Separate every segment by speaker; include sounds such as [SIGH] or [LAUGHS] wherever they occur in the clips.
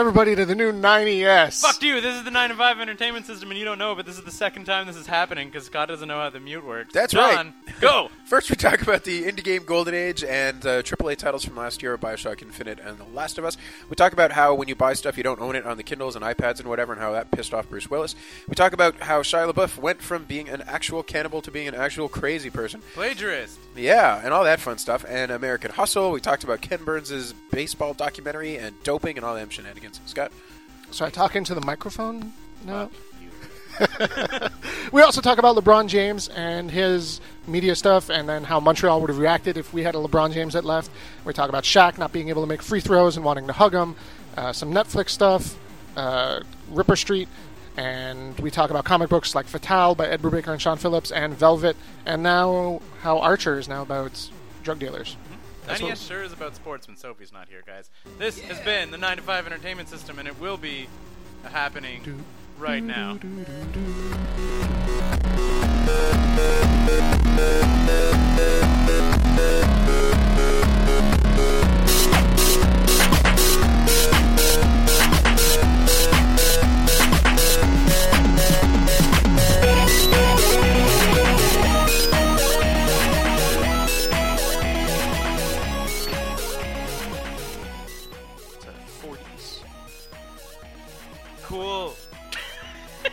Speaker 1: Everybody to the new E 90s.
Speaker 2: Fuck you! This is the 9 to 5 entertainment system, and you don't know, but this is the second time this is happening because Scott doesn't know how the mute works.
Speaker 3: That's
Speaker 2: John,
Speaker 3: right.
Speaker 2: Go!
Speaker 3: First, we talk about the indie game Golden Age and uh, AAA titles from last year, Bioshock Infinite and The Last of Us. We talk about how when you buy stuff, you don't own it on the Kindles and iPads and whatever, and how that pissed off Bruce Willis. We talk about how Shia LaBeouf went from being an actual cannibal to being an actual crazy person.
Speaker 2: Plagiarist!
Speaker 3: Yeah, and all that fun stuff. And American Hustle. We talked about Ken Burns' baseball documentary and doping and all them shenanigans. Scott?
Speaker 1: So I talk into the microphone? No. [LAUGHS]
Speaker 2: Fuck you.
Speaker 1: We also talk about LeBron James and his media stuff and then how Montreal would have reacted if we had a LeBron James that left. We talk about Shaq not being able to make free throws and wanting to hug him, uh, some Netflix stuff, uh, Ripper Street, and we talk about comic books like Fatal by Ed Brubaker and Sean Phillips and Velvet, and now how Archer is now about drug dealers. That's
Speaker 2: 90s
Speaker 1: what-
Speaker 2: sure is about sports when Sophie's not here, guys. This has been the 9 to 5 entertainment system, and it will be happening right now.
Speaker 3: It's a 40s.
Speaker 2: Cool. [LAUGHS]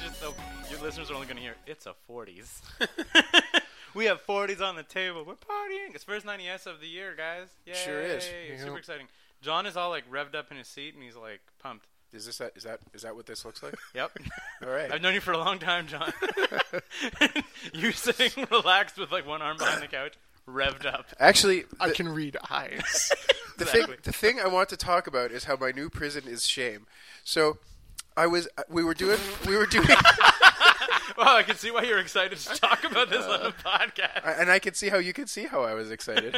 Speaker 2: It's just so- your listeners are only going to hear it's a 40s. [LAUGHS] we have 40s on the table. We're partying. It's first 90s of the year, guys. Yay.
Speaker 3: Sure is.
Speaker 2: Super exciting. John is all like revved up in his seat, and he's like pumped.
Speaker 3: Is, this that, is, that, is that what this looks like?
Speaker 2: Yep.
Speaker 3: [LAUGHS] All right.
Speaker 2: I've known you for a long time,
Speaker 3: [LAUGHS]
Speaker 2: John. [LAUGHS] You're sitting [LAUGHS] relaxed with like one arm behind the couch, revved up.
Speaker 3: Actually,
Speaker 1: I
Speaker 3: the-
Speaker 1: can read [LAUGHS] eyes.
Speaker 3: the
Speaker 2: Exactly.
Speaker 3: thing the thing I want to talk about is how my new prison is shame. So I was we were doing we were doing
Speaker 2: Wow, I can see why you're excited to talk about this
Speaker 3: Uh,
Speaker 2: on the podcast.
Speaker 3: and I could see how you could see how I was excited.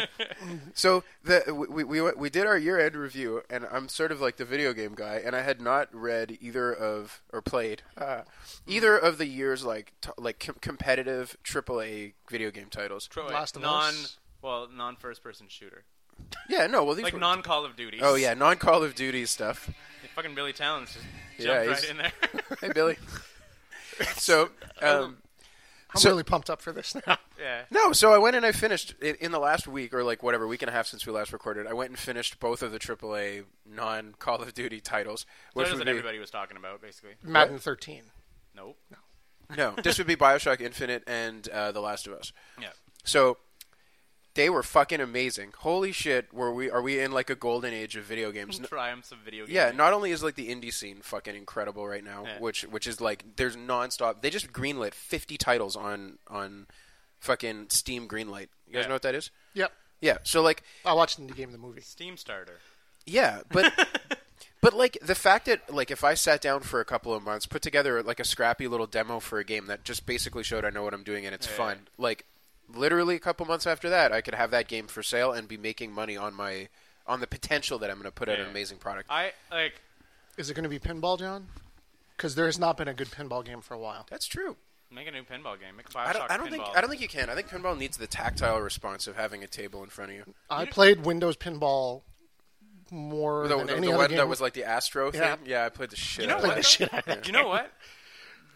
Speaker 3: so the we, we we did our year end review and I'm sort of like the video game guy and I had not read either of or played uh, either of the year's like t- like com- competitive AAA video game titles.
Speaker 1: Last of
Speaker 2: non,
Speaker 1: Us.
Speaker 2: well, non first person shooter,
Speaker 3: Yeah, no, well these
Speaker 2: like
Speaker 3: were-
Speaker 2: non Call of Duty.
Speaker 3: Oh yeah, non Call of Duty stuff.
Speaker 2: fucking Billy Talents just
Speaker 3: Yeah,
Speaker 2: jumped right
Speaker 3: he's-
Speaker 2: in there.
Speaker 3: [LAUGHS] Hey Billy. so um,
Speaker 1: I'm
Speaker 3: So-
Speaker 1: really pumped up for this now.
Speaker 2: yeah,
Speaker 3: No, so I went and I finished in, in the last week or like whatever week and a half since we last recorded. I went and finished both of the AAA non Call of Duty titles, which
Speaker 2: that's
Speaker 3: would
Speaker 2: what
Speaker 3: be
Speaker 2: everybody was talking about, basically.
Speaker 1: Madden 13.
Speaker 2: Nope.
Speaker 3: no,
Speaker 2: [LAUGHS]
Speaker 3: this would be Bioshock Infinite and uh, The Last of Us.
Speaker 2: Yeah.
Speaker 3: So they were fucking amazing. Holy shit, were we are we in like a golden age of video games? N-
Speaker 2: Triumphs of video games.
Speaker 3: Yeah, not only is like the indie scene fucking incredible right now,
Speaker 2: Yeah.
Speaker 3: which which is like there's nonstop. They just greenlit 50 titles on on fucking Steam greenlight. You guys
Speaker 2: Yeah.
Speaker 3: know what that is?
Speaker 1: Yep.
Speaker 3: Yeah. So like
Speaker 1: I watched the game of the movie.
Speaker 2: Steam Starter.
Speaker 3: Yeah,
Speaker 2: [LAUGHS]
Speaker 3: but but like the fact that like if I sat down for a couple of months, put together like a scrappy little demo for a game that just basically showed I know what I'm doing and it's
Speaker 2: Yeah.
Speaker 3: fun. Like literally a couple months after that, I could have that game for sale and be making money on my on the potential that I'm going to put out an
Speaker 2: Yeah.
Speaker 3: amazing product.
Speaker 2: I like.
Speaker 1: Is it going to be pinball, John? Because there has not been a good pinball game for a while.
Speaker 3: That's true.
Speaker 2: Make a new pinball game. Make a Bioshock
Speaker 3: I don't. I don't
Speaker 2: pinball.
Speaker 3: think. I don't think you can. I think pinball needs the tactile response of having a table in front of you.
Speaker 1: I played Windows Pinball more
Speaker 3: The,
Speaker 1: than
Speaker 3: the-
Speaker 1: any
Speaker 3: the
Speaker 1: other
Speaker 3: one
Speaker 1: game.
Speaker 3: that was like the Astro
Speaker 1: Yeah.
Speaker 3: thing. Yeah, I played the shit.
Speaker 2: You know
Speaker 3: out of
Speaker 2: what?
Speaker 3: that.
Speaker 1: the shit out of
Speaker 2: You know
Speaker 3: [LAUGHS]
Speaker 2: what?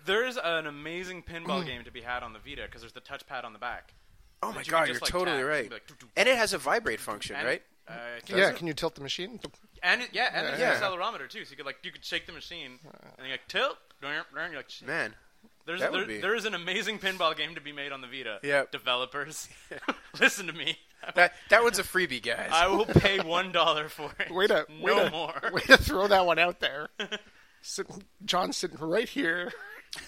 Speaker 2: There's an amazing
Speaker 3: [CLEARS THROAT]
Speaker 2: pinball game to be had on the Vita because there's the touchpad on the back.
Speaker 3: Oh my
Speaker 2: That you
Speaker 3: god,
Speaker 2: could
Speaker 3: you're
Speaker 2: just, like,
Speaker 3: totally
Speaker 2: tap
Speaker 3: right.
Speaker 2: and be like, doo, doo.
Speaker 3: And it has a vibrate function,
Speaker 2: And-
Speaker 3: right?
Speaker 2: Uh,
Speaker 1: yeah, can you tilt the machine?
Speaker 2: And it, yeah, and there's
Speaker 3: Yeah.
Speaker 2: an accelerometer too, so you could like you could shake the machine and you're like tilt, and you're like shit.
Speaker 3: Man,
Speaker 2: There's
Speaker 3: that would
Speaker 2: there,
Speaker 3: be-
Speaker 2: there is an amazing pinball game to be made on the Vita.
Speaker 3: Yep. [LAUGHS]
Speaker 2: Developers, listen to me.
Speaker 3: That that one's a freebie, guys.
Speaker 2: I will pay one dollar for it.
Speaker 1: Way to,
Speaker 2: no
Speaker 1: way to,
Speaker 2: more.
Speaker 1: [LAUGHS] Way to throw that one out
Speaker 3: [LAUGHS]
Speaker 1: there. sitting, John's sitting right here.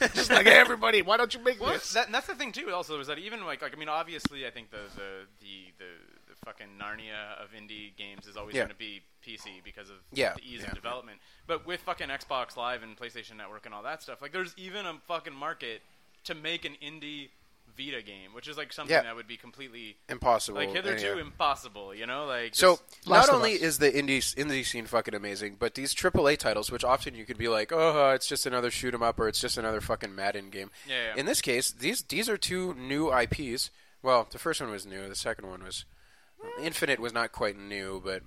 Speaker 1: [LAUGHS] Just like, hey, everybody, why don't you make
Speaker 2: Well,
Speaker 1: this?
Speaker 2: that, and that's the thing too. Also, is that even like like I mean, obviously, I think the the the, the, the fucking Narnia of indie games is always
Speaker 3: Yeah.
Speaker 2: going to be PC because of
Speaker 3: Yeah,
Speaker 2: the ease
Speaker 3: yeah.
Speaker 2: of development. But with fucking Xbox Live and PlayStation Network and all that stuff, like there's even a fucking market to make an indie Vita game, which is like something
Speaker 3: Yeah.
Speaker 2: that would be completely
Speaker 3: Impossible.
Speaker 2: like hitherto
Speaker 3: anyhow.
Speaker 2: impossible. You know, like
Speaker 3: So
Speaker 2: just-
Speaker 1: Last
Speaker 3: not
Speaker 1: of
Speaker 3: only
Speaker 1: Us.
Speaker 3: is the indie indie scene fucking amazing, but these AAA titles, which often you could be like, oh, uh, it's just another shoot 'em up or it's just another fucking Madden game.
Speaker 2: Yeah, yeah.
Speaker 3: In this case, these these are two new IPs. Well, the first one was new. The second one was Infinite was not quite new, but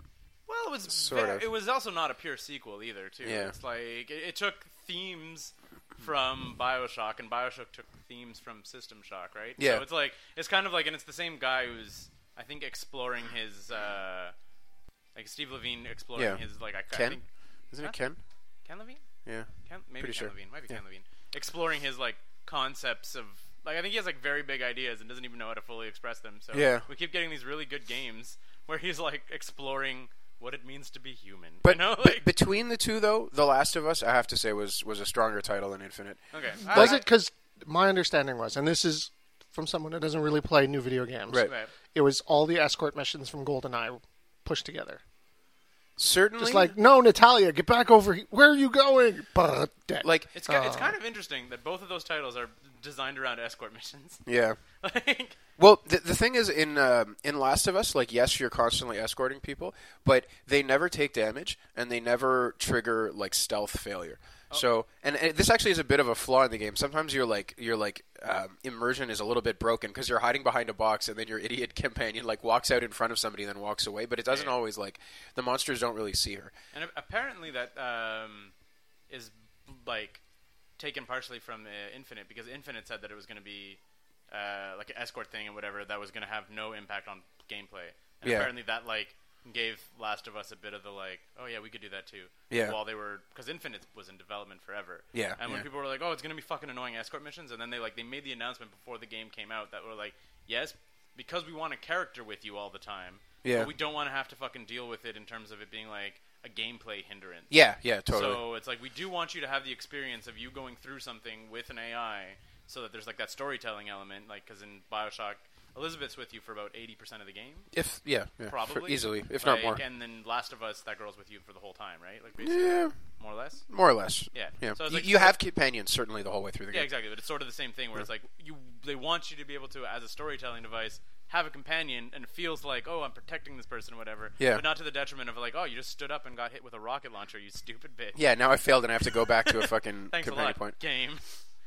Speaker 2: well, it was
Speaker 3: sort
Speaker 2: ve-
Speaker 3: of.
Speaker 2: it was also not a pure sequel either. Too,
Speaker 3: Yeah.
Speaker 2: it's like it, it took themes from Bioshock, and Bioshock took themes from System Shock, right?
Speaker 3: Yeah.
Speaker 2: So it's like it's kind of like, and it's the same guy who's I think exploring his uh, like Steve Levine exploring
Speaker 3: Yeah.
Speaker 2: his like I, I
Speaker 3: Ken?
Speaker 2: think
Speaker 3: isn't it
Speaker 2: Huh?
Speaker 3: Ken?
Speaker 2: Ken Levine.
Speaker 3: Yeah.
Speaker 2: Ken, maybe
Speaker 3: Pretty
Speaker 2: Ken
Speaker 3: sure.
Speaker 2: Levine. Might be
Speaker 3: Yeah.
Speaker 2: Ken Levine. Exploring his like concepts of like I think he has like very big ideas and doesn't even know how to fully express them. So
Speaker 3: Yeah.
Speaker 2: we keep getting these really good games where he's like exploring what it means to be human.
Speaker 3: But
Speaker 2: you know,
Speaker 3: be-
Speaker 2: like
Speaker 3: between the two, though, The Last of Us, I have to say, was was a stronger title than Infinite.
Speaker 2: okay,
Speaker 1: Was
Speaker 2: I-
Speaker 1: it because my understanding was, and this is from someone who doesn't really play new video games,
Speaker 3: Right.
Speaker 2: Right.
Speaker 1: It was all the escort missions from GoldenEye pushed together.
Speaker 3: Certainly,
Speaker 1: It's like, no, Natalia, get back over here. Where are you going? uh, Bah, dead.
Speaker 3: like
Speaker 2: It's ki-
Speaker 3: Oh.
Speaker 2: it's kind of interesting that both of those titles are designed around escort missions. [LAUGHS]
Speaker 3: yeah.
Speaker 2: like
Speaker 3: Well, the, the thing is, in um, in Last of Us, like yes, you're constantly escorting people, but they never take damage and they never trigger like stealth failure.
Speaker 2: Oh.
Speaker 3: So, and, and this actually is a bit of a flaw in the game. Sometimes you're like you're like um, immersion is a little bit broken because you're hiding behind a box and then your idiot [LAUGHS] companion like walks out in front of somebody and then walks away. But it doesn't
Speaker 2: Yeah.
Speaker 3: always like the monsters don't really see her.
Speaker 2: And a- apparently that um, is like taken partially from uh, Infinite because Infinite said that it was going to be uh, like an escort thing and whatever that was going to have no impact on gameplay. And
Speaker 3: Yeah.
Speaker 2: apparently that like gave Last of Us a bit of the like, oh yeah, we could do that too.
Speaker 3: Yeah.
Speaker 2: While they were because Infinite was in development forever.
Speaker 3: Yeah,
Speaker 2: And when
Speaker 3: yeah.
Speaker 2: people were like, oh, it's going to be fucking annoying escort missions, and then they like they made the announcement before the game came out that were like, yes, because we want a character with you all the time.
Speaker 3: Yeah.
Speaker 2: But we don't want to have to fucking deal with it in terms of it being like a gameplay hindrance.
Speaker 3: Yeah, yeah, totally.
Speaker 2: So it's like we do want you to have the experience of you going through something with an AI, so that there's like that storytelling element. Like because in Bioshock, Elizabeth's with you for about eighty percent of the game,
Speaker 3: if yeah, yeah for-
Speaker 2: probably
Speaker 3: easily, if
Speaker 2: Like,
Speaker 3: not more,
Speaker 2: And then Last of Us, that girl's with you for the whole time, right? Like basically,
Speaker 3: yeah,
Speaker 2: more or less.
Speaker 3: more or less.
Speaker 2: Yeah.
Speaker 3: yeah.
Speaker 2: So it's
Speaker 3: you,
Speaker 2: like-
Speaker 3: you have companions certainly the whole way through the game.
Speaker 2: Yeah, exactly. But it's sort of the same thing where it's like you they want you to be able to, as a storytelling device, have a companion and it feels like, oh, I'm protecting this person, whatever.
Speaker 3: Yeah.
Speaker 2: But not to the detriment of like, oh, you just stood up and got hit with a rocket launcher, you stupid bitch.
Speaker 3: Yeah, now I failed and I have to go
Speaker 2: [LAUGHS]
Speaker 3: back to a fucking
Speaker 2: Thanks a
Speaker 3: companion
Speaker 2: lot,
Speaker 3: point.
Speaker 2: game.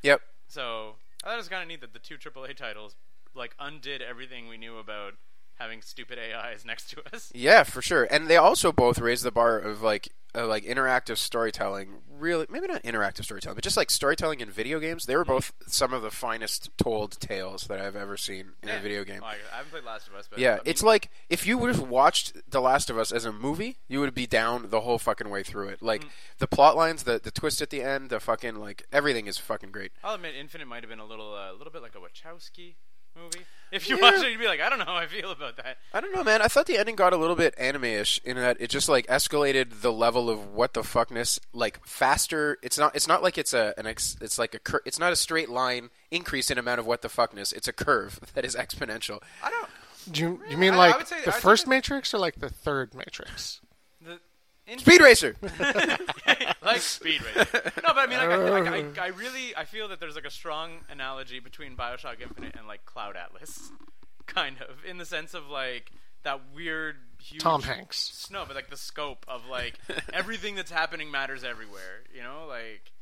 Speaker 3: Yep.
Speaker 2: So I thought it was kind of neat that the two AAA titles like undid everything we knew about having stupid AIs next to us.
Speaker 3: Yeah, for sure. And they also both raised the bar of like uh, like interactive storytelling. Really, maybe not interactive storytelling, but just like storytelling in video games. They were
Speaker 2: Mm-hmm.
Speaker 3: both some of the finest told tales that I've ever seen in a video game.
Speaker 2: Like, I haven't played Last of Us, but
Speaker 3: Yeah,
Speaker 2: I mean,
Speaker 3: it's like if you would have watched The Last of Us as a movie, you would be down the whole fucking way through it.
Speaker 2: Mm.
Speaker 3: Like the plot lines, the the twist at the end, the fucking like everything is fucking great.
Speaker 2: I'll admit, Infinite might have been a little, a little bit like a Wachowski movie. If you
Speaker 3: Yeah.
Speaker 2: watch it, you'd be like, I don't know how I feel about that.
Speaker 3: I don't know, man. I thought the ending got a little bit anime-ish in that it just like escalated the level of what the fuckness like faster. It's not. It's not like it's a an ex, It's like a. Cur- it's not a straight line increase in amount of what the fuckness. It's a curve [LAUGHS] that is exponential.
Speaker 2: I don't.
Speaker 1: do you, you mean
Speaker 2: I- I
Speaker 1: like
Speaker 2: would say- I
Speaker 1: the
Speaker 2: would say
Speaker 1: first
Speaker 2: that-
Speaker 1: Matrix or like the third Matrix?
Speaker 2: The, [LAUGHS]
Speaker 3: Speed racer.
Speaker 2: like Speed Racer. No, but I mean, like, I, I, I, I really, I feel that there's like a strong analogy between Bioshock Infinite and like Cloud Atlas, [LAUGHS] kind of, in the sense of like that weird huge
Speaker 1: Tom Hanks.
Speaker 2: s- No, but like the scope of like everything that's happening matters everywhere. You know, like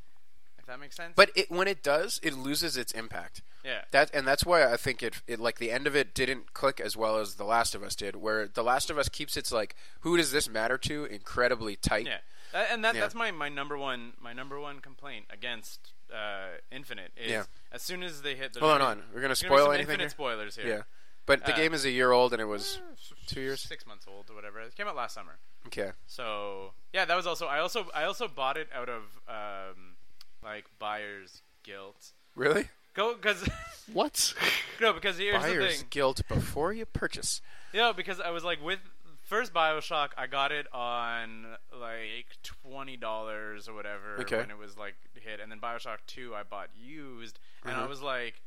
Speaker 2: if that makes sense.
Speaker 3: But it, when it does, it loses its impact.
Speaker 2: Yeah.
Speaker 3: That and that's why I think it, it like the end of it didn't click as well as The Last of Us did. Where The Last of Us keeps its like, who does this matter to? Incredibly tight.
Speaker 2: yeah, That- and that,
Speaker 3: Yeah.
Speaker 2: that's my, my number one my number one complaint against uh, Infinite is
Speaker 3: Yeah.
Speaker 2: as soon as they hit. the
Speaker 3: Hold on, on. We're gonna
Speaker 2: There's gonna be
Speaker 3: spoil
Speaker 2: some
Speaker 3: anything
Speaker 2: Infinite
Speaker 3: here?
Speaker 2: spoilers here.
Speaker 3: Yeah. But the
Speaker 2: Uh, eh,
Speaker 3: game is a year old and it was two years.
Speaker 2: six months old or whatever. It came out last summer.
Speaker 3: Okay.
Speaker 2: So yeah, that was also I also I also bought it out of um, like buyer's guilt.
Speaker 3: Really?
Speaker 2: Go because
Speaker 1: [LAUGHS] What?
Speaker 2: [LAUGHS] no because here's the
Speaker 3: Buyer's
Speaker 2: thing.
Speaker 3: guilt before you purchase.
Speaker 2: Yeah, because I was like with first Bioshock, I got it on like twenty dollars or whatever
Speaker 3: Okay.
Speaker 2: when it was like hit, and then Bioshock Two I bought used, and I
Speaker 3: Mhm.
Speaker 2: was like,